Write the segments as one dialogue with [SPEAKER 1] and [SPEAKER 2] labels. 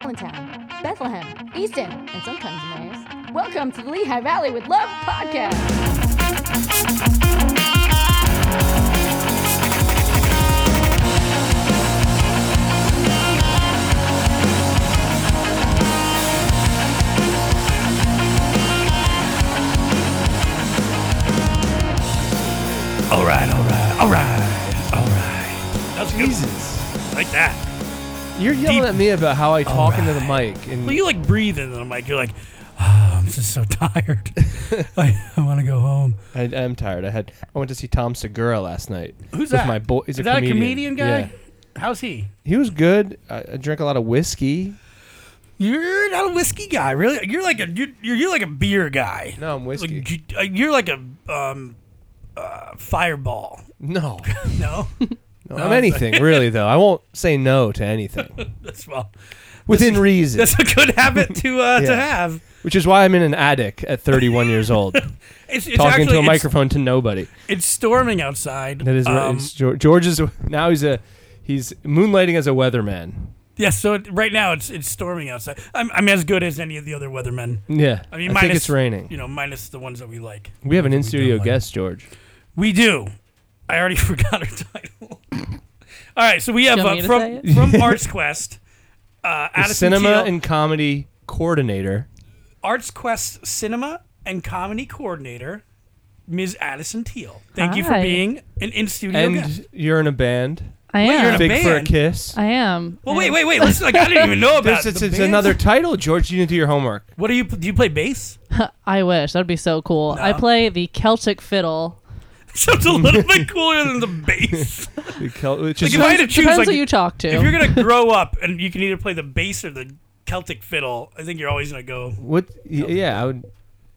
[SPEAKER 1] Allentown, Bethlehem, Easton, and sometimes Emmaus. Welcome to the Lehigh Valley with Love podcast.
[SPEAKER 2] All right, all right, all right, all right.
[SPEAKER 3] That's good.
[SPEAKER 2] Jesus,
[SPEAKER 3] Like that.
[SPEAKER 2] you're yelling at me about how I talk into the mic, and
[SPEAKER 3] Oh, Well, you like breathe in the mic. You're like, "Ah, I'm just so tired. I, I want to go home.
[SPEAKER 2] I, I'm tired. I had I went to see Tom Segura last night.
[SPEAKER 3] Who's
[SPEAKER 2] with
[SPEAKER 3] that?
[SPEAKER 2] My boy. He's
[SPEAKER 3] Is that a comedian guy?
[SPEAKER 2] Yeah.
[SPEAKER 3] How's he?
[SPEAKER 2] He was good. I, I drank a lot of whiskey.
[SPEAKER 3] You're not a whiskey guy, really. You're like a you're, you're you're like a beer guy.
[SPEAKER 2] No, I'm whiskey.
[SPEAKER 3] Like, you- uh, you're like a um, uh, fireball.
[SPEAKER 2] no,
[SPEAKER 3] No,
[SPEAKER 2] no, I'm anything really though. I won't say no to anything
[SPEAKER 3] that's well.
[SPEAKER 2] within reason,
[SPEAKER 3] That's a good habit to uh,
[SPEAKER 2] Yeah.
[SPEAKER 3] to have.
[SPEAKER 2] which is why I'm in an attic at 31 years old,
[SPEAKER 3] It's, it's
[SPEAKER 2] talking
[SPEAKER 3] actually,
[SPEAKER 2] to a
[SPEAKER 3] it's-
[SPEAKER 2] microphone to nobody.
[SPEAKER 3] It's, storming outside.
[SPEAKER 2] That is
[SPEAKER 3] Um,
[SPEAKER 2] it's Geor- George is now he's a he's moonlighting as a weatherman.
[SPEAKER 3] Yes, so it, right now it's it's storming outside. I'm, I'm as good as any of the other weathermen.
[SPEAKER 2] Yeah,
[SPEAKER 3] I mean,
[SPEAKER 2] I
[SPEAKER 3] minus,
[SPEAKER 2] think it's raining.
[SPEAKER 3] You know, minus the ones that we like.
[SPEAKER 2] We have an in studio
[SPEAKER 3] don't like-
[SPEAKER 2] guest, George.
[SPEAKER 3] We do. I already forgot her title. All right, so we have
[SPEAKER 1] want
[SPEAKER 3] uh,
[SPEAKER 1] me to say
[SPEAKER 3] from from Arts Quest, uh,
[SPEAKER 2] The
[SPEAKER 3] Addison
[SPEAKER 2] cinema
[SPEAKER 3] Teal,
[SPEAKER 2] and comedy coordinator.
[SPEAKER 3] Arts Quest Cinema and Comedy Coordinator, Ms. Addison Teal. Thank you for
[SPEAKER 4] Hi.
[SPEAKER 3] being an in studio
[SPEAKER 2] and
[SPEAKER 3] guest.
[SPEAKER 2] you're in a band.
[SPEAKER 4] I
[SPEAKER 3] Wait, you're
[SPEAKER 4] am.
[SPEAKER 3] in
[SPEAKER 2] Big for a
[SPEAKER 3] band?
[SPEAKER 2] kiss.
[SPEAKER 4] I am.
[SPEAKER 3] Well, wait, wait, wait. Let's like I didn't even know about
[SPEAKER 2] This,
[SPEAKER 3] this.
[SPEAKER 2] it's it's another title, George. You need to do your homework.
[SPEAKER 3] What do you do? You play bass?
[SPEAKER 4] I wish that'd be so cool. I
[SPEAKER 3] No.
[SPEAKER 4] play the Celtic fiddle.
[SPEAKER 3] Sounds a little bit cooler than the bass.
[SPEAKER 2] The Kel- which
[SPEAKER 3] Like,
[SPEAKER 2] is-
[SPEAKER 3] if I had to choose,
[SPEAKER 4] Depends
[SPEAKER 3] like,
[SPEAKER 4] who you talk to.
[SPEAKER 3] if you're gonna grow up and you can either play the bass or the Celtic fiddle, I think you're always gonna go.
[SPEAKER 2] what? y- Yeah, I would.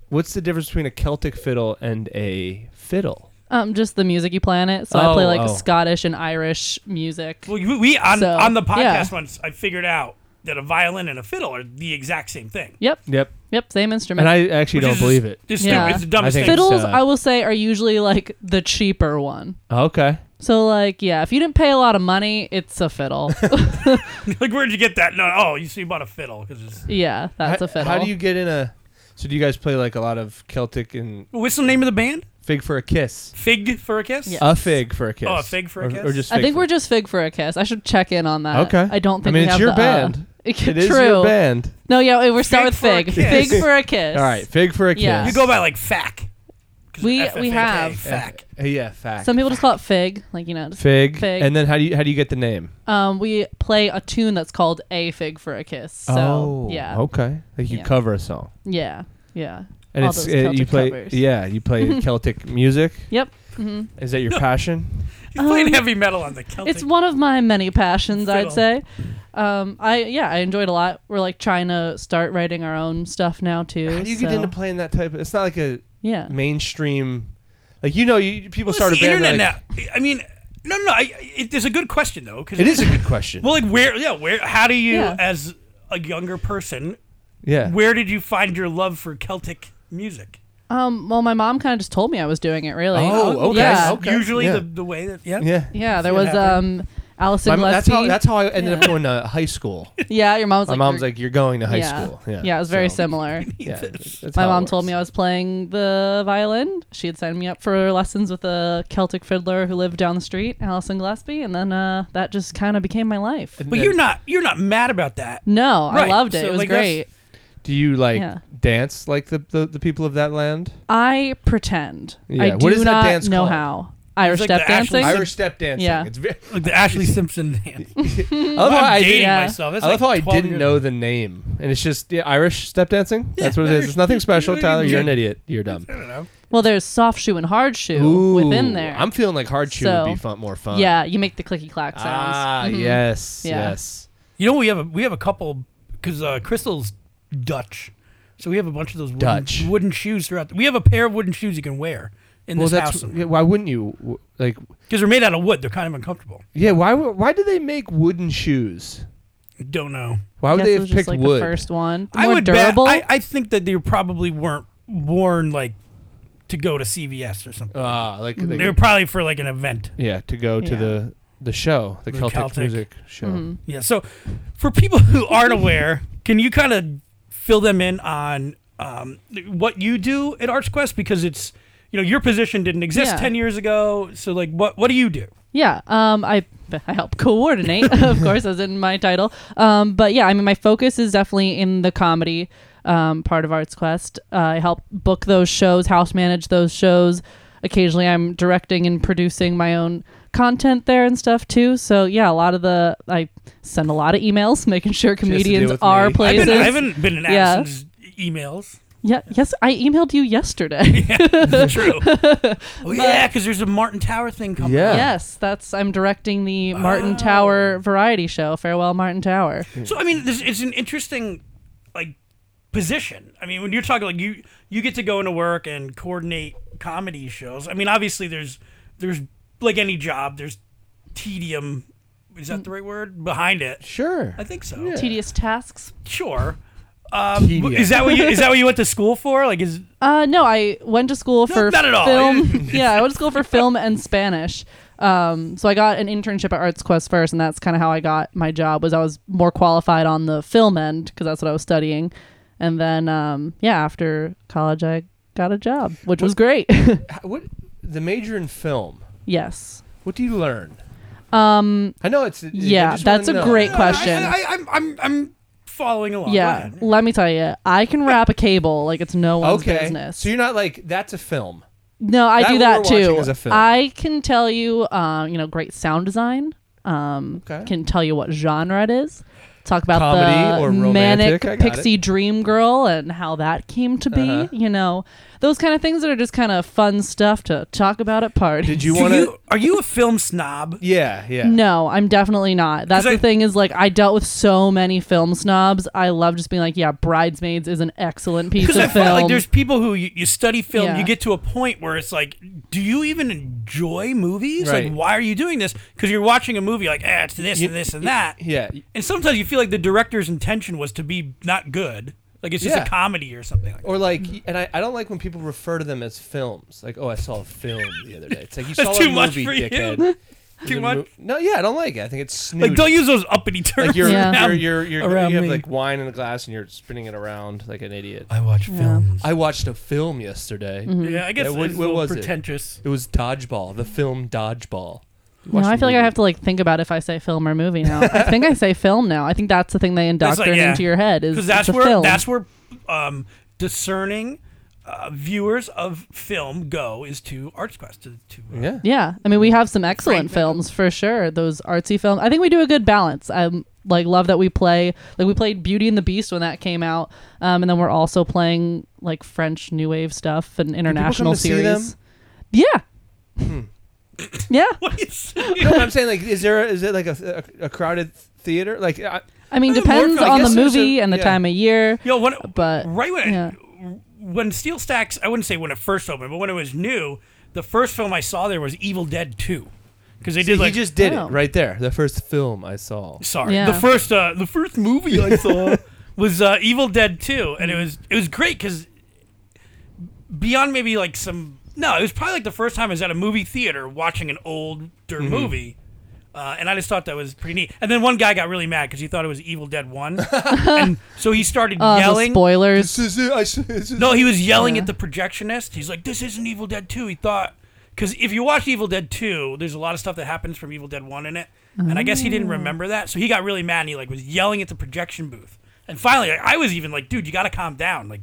[SPEAKER 2] What's the difference between a Celtic fiddle and a fiddle?
[SPEAKER 4] um, just the music you play on it. So I
[SPEAKER 2] Oh,
[SPEAKER 4] play like
[SPEAKER 2] oh.
[SPEAKER 4] Scottish and Irish music.
[SPEAKER 3] Well, you- we on
[SPEAKER 4] So,
[SPEAKER 3] on the podcast
[SPEAKER 4] yeah.
[SPEAKER 3] once I figured out that a violin and a fiddle are the exact same thing.
[SPEAKER 4] yep,
[SPEAKER 2] Yep.
[SPEAKER 4] yep, same
[SPEAKER 2] And
[SPEAKER 4] instrument.
[SPEAKER 2] I actually don't believe it.
[SPEAKER 3] Just
[SPEAKER 4] Yeah.
[SPEAKER 3] stupid. It's the dumbest
[SPEAKER 2] I think-
[SPEAKER 3] thing.
[SPEAKER 4] Fiddles,
[SPEAKER 2] uh,
[SPEAKER 4] I will say, are usually like the cheaper one.
[SPEAKER 2] Okay.
[SPEAKER 4] So like, yeah, if you didn't pay a lot of money, it's a fiddle.
[SPEAKER 3] like, where'd you get that? No, oh, you see, you bought a fiddle because it's.
[SPEAKER 4] yeah, that's
[SPEAKER 2] how,
[SPEAKER 4] a fiddle.
[SPEAKER 2] How do you get in a? So do you guys play like a lot of Celtic and
[SPEAKER 3] Well, What's the name of the band?
[SPEAKER 2] fig for a kiss?
[SPEAKER 3] Fig for a kiss.
[SPEAKER 4] Yeah.
[SPEAKER 2] A fig for a kiss.
[SPEAKER 3] Oh, a fig for a
[SPEAKER 2] Or-
[SPEAKER 3] kiss?
[SPEAKER 2] Or just
[SPEAKER 4] I
[SPEAKER 2] fig
[SPEAKER 4] think
[SPEAKER 2] for-
[SPEAKER 4] we're just fig for a kiss. I should check in on that.
[SPEAKER 2] Okay.
[SPEAKER 4] I don't
[SPEAKER 2] I
[SPEAKER 4] think
[SPEAKER 2] mean,
[SPEAKER 4] we
[SPEAKER 2] it's
[SPEAKER 4] have
[SPEAKER 2] your
[SPEAKER 4] the, uh,
[SPEAKER 2] band.
[SPEAKER 4] it-
[SPEAKER 2] It is
[SPEAKER 4] true.
[SPEAKER 2] your band.
[SPEAKER 4] No, yeah, wait, we're starting with
[SPEAKER 3] Fig
[SPEAKER 4] fig.
[SPEAKER 3] for a kiss.
[SPEAKER 4] Fig for a kiss.
[SPEAKER 2] All right, fig for a kiss.
[SPEAKER 4] Yeah.
[SPEAKER 3] You go by like fac. 'Cause
[SPEAKER 4] We-
[SPEAKER 3] of
[SPEAKER 4] we
[SPEAKER 3] FFAK,
[SPEAKER 4] have.
[SPEAKER 3] fac.
[SPEAKER 2] Uh, yeah, fact.
[SPEAKER 4] Some people just call it fig, like you know. just-
[SPEAKER 2] fig.
[SPEAKER 4] Fig.
[SPEAKER 2] And then how do you how do you get the name?
[SPEAKER 4] Um, we play a tune that's called "A Fig for a Kiss." So yeah,
[SPEAKER 2] Oh, Okay. Like you
[SPEAKER 4] Yeah.
[SPEAKER 2] cover a song.
[SPEAKER 4] yeah, yeah.
[SPEAKER 2] And
[SPEAKER 4] All
[SPEAKER 2] it's
[SPEAKER 4] those
[SPEAKER 2] uh, you
[SPEAKER 4] Celtic
[SPEAKER 2] play
[SPEAKER 4] covers.
[SPEAKER 2] yeah, you play Celtic music.
[SPEAKER 4] Yep. hmm
[SPEAKER 2] Is that your passion?
[SPEAKER 3] He's playing heavy metal on the Celtic.
[SPEAKER 4] Um, It's one of my many passions,
[SPEAKER 3] Fiddle.
[SPEAKER 4] I'd say. Um, I yeah, I enjoyed a lot. We're like trying to start writing our own stuff now too.
[SPEAKER 2] How do you
[SPEAKER 4] so,
[SPEAKER 2] get into playing that type of it's not like a
[SPEAKER 4] Yeah.
[SPEAKER 2] mainstream like you know, you people
[SPEAKER 3] Well,
[SPEAKER 2] start
[SPEAKER 3] it's
[SPEAKER 2] a
[SPEAKER 3] the
[SPEAKER 2] band. they're
[SPEAKER 3] internet
[SPEAKER 2] like-
[SPEAKER 3] now. I mean, no, no, no. I, it, it's a good question though. 'cause
[SPEAKER 2] It is a good question.
[SPEAKER 3] Well, like where? Yeah, where? How do you,
[SPEAKER 4] Yeah.
[SPEAKER 3] as a younger person,
[SPEAKER 2] yeah.
[SPEAKER 3] where did you find your love for Celtic music?
[SPEAKER 4] Um, well, my mom kind of just told me I was doing it. Really.
[SPEAKER 2] Oh, okay.
[SPEAKER 4] Um, Yeah.
[SPEAKER 2] Okay.
[SPEAKER 3] Usually
[SPEAKER 2] Yeah.
[SPEAKER 3] the, the way that yeah.
[SPEAKER 2] yeah.
[SPEAKER 4] Yeah. There
[SPEAKER 3] See what
[SPEAKER 4] was
[SPEAKER 3] happened.
[SPEAKER 4] um, Allison
[SPEAKER 2] My mom- that's
[SPEAKER 4] Gillespie.
[SPEAKER 2] how that's how I ended up going to high school.
[SPEAKER 4] yeah, your mom was
[SPEAKER 2] My
[SPEAKER 4] like.
[SPEAKER 2] mom's
[SPEAKER 4] you're-
[SPEAKER 2] like, "You're going to high
[SPEAKER 4] yeah.
[SPEAKER 2] school." Yeah,
[SPEAKER 4] Yeah, it was very
[SPEAKER 2] So,
[SPEAKER 4] similar.
[SPEAKER 2] Yeah, that's
[SPEAKER 4] My
[SPEAKER 2] how it
[SPEAKER 4] mom told
[SPEAKER 2] works.
[SPEAKER 4] me I was playing the violin. She had signed me up for lessons with a Celtic fiddler who lived down the street, Allison Gillespie, and then uh, that just kind of became my life.
[SPEAKER 2] And
[SPEAKER 3] But
[SPEAKER 2] then-
[SPEAKER 3] you're not you're not mad about that.
[SPEAKER 4] No,
[SPEAKER 3] Right,
[SPEAKER 4] I loved it.
[SPEAKER 3] so,
[SPEAKER 4] it was
[SPEAKER 3] like, that's-
[SPEAKER 4] great.
[SPEAKER 2] Do you like
[SPEAKER 4] Yeah.
[SPEAKER 2] dance like the, the, the people of that land?
[SPEAKER 4] I pretend. I
[SPEAKER 2] Yeah,
[SPEAKER 4] do
[SPEAKER 2] what is that
[SPEAKER 4] not
[SPEAKER 2] dance
[SPEAKER 4] know
[SPEAKER 2] called?
[SPEAKER 4] how. Irish
[SPEAKER 3] like the
[SPEAKER 4] step
[SPEAKER 3] Ashley
[SPEAKER 4] dancing.
[SPEAKER 3] Simpson-
[SPEAKER 2] Irish step dancing.
[SPEAKER 4] Yeah.
[SPEAKER 2] It's very,
[SPEAKER 3] Like the Ashley Simpson hand. Mm.
[SPEAKER 2] I love how I,
[SPEAKER 3] I'm
[SPEAKER 2] did,
[SPEAKER 3] dating
[SPEAKER 4] Yeah.
[SPEAKER 3] myself. That's
[SPEAKER 2] I love
[SPEAKER 3] like
[SPEAKER 2] how I
[SPEAKER 3] 12
[SPEAKER 2] didn't
[SPEAKER 3] years
[SPEAKER 2] know
[SPEAKER 3] ago.
[SPEAKER 2] the name, and it's just yeah, Irish step dancing. That's what it is. It's nothing special,
[SPEAKER 3] Irish-
[SPEAKER 2] Tyler. You're an
[SPEAKER 3] Yeah.
[SPEAKER 2] idiot. You're dumb.
[SPEAKER 3] I don't know.
[SPEAKER 4] well, there's soft shoe and hard shoe within
[SPEAKER 2] Ooh,
[SPEAKER 4] there.
[SPEAKER 2] I'm feeling like hard shoe would be
[SPEAKER 4] So,
[SPEAKER 2] fun, more fun.
[SPEAKER 4] yeah, you make the clicky clack sounds. Mm-hmm.
[SPEAKER 2] Ah, yes,
[SPEAKER 4] Yeah.
[SPEAKER 2] yes.
[SPEAKER 3] You know we have a we have a couple because uh, Crystal's Dutch, so we have a bunch of those wooden,
[SPEAKER 2] Dutch.
[SPEAKER 3] wooden shoes throughout. we have a pair of wooden shoes you can wear in
[SPEAKER 2] Well,
[SPEAKER 3] this
[SPEAKER 2] that's
[SPEAKER 3] house
[SPEAKER 2] yeah, why wouldn't you w- like?
[SPEAKER 3] because they're made out of wood. They're kind of uncomfortable.
[SPEAKER 2] Yeah, why w- why do they make wooden shoes?
[SPEAKER 3] Don't know.
[SPEAKER 2] Why would
[SPEAKER 4] Guess
[SPEAKER 2] they
[SPEAKER 4] it
[SPEAKER 2] have
[SPEAKER 4] was just
[SPEAKER 2] picked
[SPEAKER 4] like
[SPEAKER 2] wood?
[SPEAKER 4] the first one. The
[SPEAKER 3] I
[SPEAKER 4] more
[SPEAKER 3] would
[SPEAKER 4] durable.
[SPEAKER 3] bet. I, I think that they probably weren't worn like to go to CVS or something.
[SPEAKER 2] Ah, like,
[SPEAKER 3] they were
[SPEAKER 2] like
[SPEAKER 3] probably for like an event.
[SPEAKER 2] yeah, to go to
[SPEAKER 4] Yeah. Mm-hmm.
[SPEAKER 2] the the show, the,
[SPEAKER 3] The
[SPEAKER 2] Celtic,
[SPEAKER 3] Celtic.
[SPEAKER 2] music show.
[SPEAKER 3] Yeah. So, for people who aren't aware, can you kind of fill them in on um, what you do at ArchQuest because it's you know your position didn't exist
[SPEAKER 4] Yeah.
[SPEAKER 3] ten years ago. So like, what what do you do?
[SPEAKER 4] Yeah, um, I I help coordinate, of course, as in my title. Um, but yeah, I mean, my focus is definitely in the comedy um, part of Arts Quest. Uh, I help book those shows, house manage those shows. Occasionally, I'm directing and producing my own content there and stuff too. So yeah, a lot of the I send a lot of emails, making sure
[SPEAKER 2] to do
[SPEAKER 4] comedians
[SPEAKER 2] with me.
[SPEAKER 4] are
[SPEAKER 2] I've
[SPEAKER 3] I've
[SPEAKER 4] places.
[SPEAKER 3] been, I haven't been in
[SPEAKER 4] Yeah.
[SPEAKER 3] Addison's emails.
[SPEAKER 4] yeah, yes, I emailed you yesterday.
[SPEAKER 3] True. oh yeah, because there's a Martin Tower thing coming.
[SPEAKER 2] Yeah.
[SPEAKER 4] Yes, that's I'm directing the Martin
[SPEAKER 2] Oh.
[SPEAKER 4] Tower variety show. Farewell, Martin Tower.
[SPEAKER 3] So I mean, this, it's an interesting like position. I mean, when you're talking like you you get to go into work and coordinate comedy shows. I mean, obviously there's there's like any job there's tedium. Is that the right word behind it?
[SPEAKER 2] Sure.
[SPEAKER 3] I think so.
[SPEAKER 2] Yeah.
[SPEAKER 4] Tedious tasks.
[SPEAKER 3] Sure. Um,
[SPEAKER 2] Tedium.
[SPEAKER 3] is that what you is that what you went to school for? Like is
[SPEAKER 4] Uh, no, I went to school for
[SPEAKER 3] not at all.
[SPEAKER 4] film. yeah, I went to school for film and Spanish. Um, so I got an internship at Arts Quest first, and that's kind of how I got my job. Was I was more qualified on the film end because that's what I was studying, and then um, yeah, after college I got a job, which was great.
[SPEAKER 2] H- What the major in film?
[SPEAKER 4] yes.
[SPEAKER 2] What do you learn? Um, I know it's I
[SPEAKER 4] yeah,
[SPEAKER 2] just wanna
[SPEAKER 4] that's a
[SPEAKER 2] know.
[SPEAKER 4] great question.
[SPEAKER 3] I, I, I'm I'm I'm following along. Go
[SPEAKER 4] Yeah,
[SPEAKER 3] ahead.
[SPEAKER 4] let me tell you, I can wrap a cable like it's no one's
[SPEAKER 2] Okay,
[SPEAKER 4] business.
[SPEAKER 2] so you're not like that's a film.
[SPEAKER 4] No, I
[SPEAKER 2] That
[SPEAKER 4] do
[SPEAKER 2] what
[SPEAKER 4] that
[SPEAKER 2] we're watching
[SPEAKER 4] too.
[SPEAKER 2] is a film.
[SPEAKER 4] I can tell you, um, you know, great sound design. Um,
[SPEAKER 2] Okay.
[SPEAKER 4] Can tell you what genre it is. Talk about
[SPEAKER 2] Comedy
[SPEAKER 4] the
[SPEAKER 2] or romantic,
[SPEAKER 4] manic
[SPEAKER 2] I got Uh-huh.
[SPEAKER 4] pixie dream girl and how that came to be. You know, those kind of things that are just kind of fun stuff to talk about at parties.
[SPEAKER 2] Did you
[SPEAKER 3] Do
[SPEAKER 2] want to?
[SPEAKER 3] you are you a film snob?
[SPEAKER 2] Yeah, yeah.
[SPEAKER 4] No, I'm definitely not. That's
[SPEAKER 3] 'Cause I-
[SPEAKER 4] the thing is like I dealt with so many film snobs. I love just being like, yeah, Bridesmaids is an excellent piece
[SPEAKER 3] Because
[SPEAKER 4] of
[SPEAKER 3] I
[SPEAKER 4] film.
[SPEAKER 3] feel like there's people who you, you study film,
[SPEAKER 4] Yeah.
[SPEAKER 3] you get to a point where it's like, do you even enjoy movies?
[SPEAKER 2] Right.
[SPEAKER 3] Like, why are you doing this? Because you're watching a movie like, eh, it's this
[SPEAKER 2] You-
[SPEAKER 3] and this and that.
[SPEAKER 2] Yeah,
[SPEAKER 3] And sometimes you feel like the director's intention was to be not good. Like it's just
[SPEAKER 2] Yeah.
[SPEAKER 3] a comedy or something like that.
[SPEAKER 2] Or like, and I, I don't like when people refer to them as films. Like, oh, I saw a film the other day. It's like you saw
[SPEAKER 3] That's
[SPEAKER 2] a
[SPEAKER 3] too much
[SPEAKER 2] movie,
[SPEAKER 3] for you.
[SPEAKER 2] dickhead. There's
[SPEAKER 3] Too
[SPEAKER 2] a
[SPEAKER 3] much?
[SPEAKER 2] no, yeah, I don't like it. I think it's snooty.
[SPEAKER 3] Like don't use those uppity terms.
[SPEAKER 2] Like you're,
[SPEAKER 4] Yeah.
[SPEAKER 2] you're, you're, you're,
[SPEAKER 3] Around
[SPEAKER 2] you have
[SPEAKER 3] me.
[SPEAKER 2] like wine in a glass and you're spinning it around like an idiot.
[SPEAKER 3] I watch films.
[SPEAKER 2] I watched a film yesterday.
[SPEAKER 4] Mm-hmm.
[SPEAKER 3] Yeah, I guess
[SPEAKER 2] Yeah, what-
[SPEAKER 3] it's a
[SPEAKER 2] what
[SPEAKER 3] little
[SPEAKER 2] was it?
[SPEAKER 3] pretentious.
[SPEAKER 2] It was Dodgeball, the film Dodgeball.
[SPEAKER 4] No,
[SPEAKER 2] Watch
[SPEAKER 4] I
[SPEAKER 2] the
[SPEAKER 4] feel like I
[SPEAKER 2] movie.
[SPEAKER 4] have to like think about if I say film or movie now. I think I say film now. I think that's the thing they
[SPEAKER 3] That's
[SPEAKER 4] indoctrinate
[SPEAKER 3] like, yeah.
[SPEAKER 4] into your head is
[SPEAKER 3] Because that's
[SPEAKER 4] it's a
[SPEAKER 3] where
[SPEAKER 4] film.
[SPEAKER 3] that's where um, discerning uh, viewers of film go is to ArtsQuest to, to uh,
[SPEAKER 2] Yeah.
[SPEAKER 4] yeah. I mean, we have some excellent
[SPEAKER 3] Frank Miller.
[SPEAKER 4] films for sure. Those artsy films. I think we do a good balance. I like love that we play like we played Beauty and the Beast when that came out, um, and then we're also playing like French New Wave stuff and international
[SPEAKER 2] to see
[SPEAKER 4] series.
[SPEAKER 2] them? Hmm.
[SPEAKER 4] Yeah. yeah.
[SPEAKER 3] What is-
[SPEAKER 2] No, but I'm saying like, is there is it like a, a, a crowded theater? Like, I,
[SPEAKER 4] I mean,
[SPEAKER 2] Doesn't work,
[SPEAKER 4] depends
[SPEAKER 2] I
[SPEAKER 4] on the
[SPEAKER 2] guess there's a-
[SPEAKER 4] movie and the
[SPEAKER 2] yeah.
[SPEAKER 4] time of year.
[SPEAKER 3] Yo, when,
[SPEAKER 4] But,
[SPEAKER 3] right when
[SPEAKER 4] yeah.
[SPEAKER 3] when Steel Stacks, I wouldn't say when it first opened, but when it was new, the first film I saw there was Evil Dead Two, because they did
[SPEAKER 2] he
[SPEAKER 3] like
[SPEAKER 2] just did
[SPEAKER 4] Oh.
[SPEAKER 2] it right there. The first film I saw.
[SPEAKER 3] sorry
[SPEAKER 4] Yeah.
[SPEAKER 3] the first uh, the first movie I saw was uh, Evil Dead Two, and it
[SPEAKER 2] Mm.
[SPEAKER 3] was it was great because beyond maybe like some no, it was probably like the first time I was at a movie theater watching an older
[SPEAKER 2] Mm-hmm.
[SPEAKER 3] movie. Uh, and I just thought that was pretty neat. And then one guy got really mad because he thought it was Evil Dead One, and so he started
[SPEAKER 4] Uh, so
[SPEAKER 3] yelling.
[SPEAKER 4] spoilers.
[SPEAKER 2] is it. I, this is
[SPEAKER 3] No, he was yelling
[SPEAKER 4] Yeah.
[SPEAKER 3] at the projectionist. He's like, "This isn't Evil Dead 2." He thought because if you watch Evil Dead 2, there's a lot of stuff that happens from Evil Dead 1 in it, and I guess he
[SPEAKER 2] Oh.
[SPEAKER 3] didn't remember that, so he got really mad and he like was yelling at the projection booth. And finally, I I was even like, "Dude, you got to calm down. Like,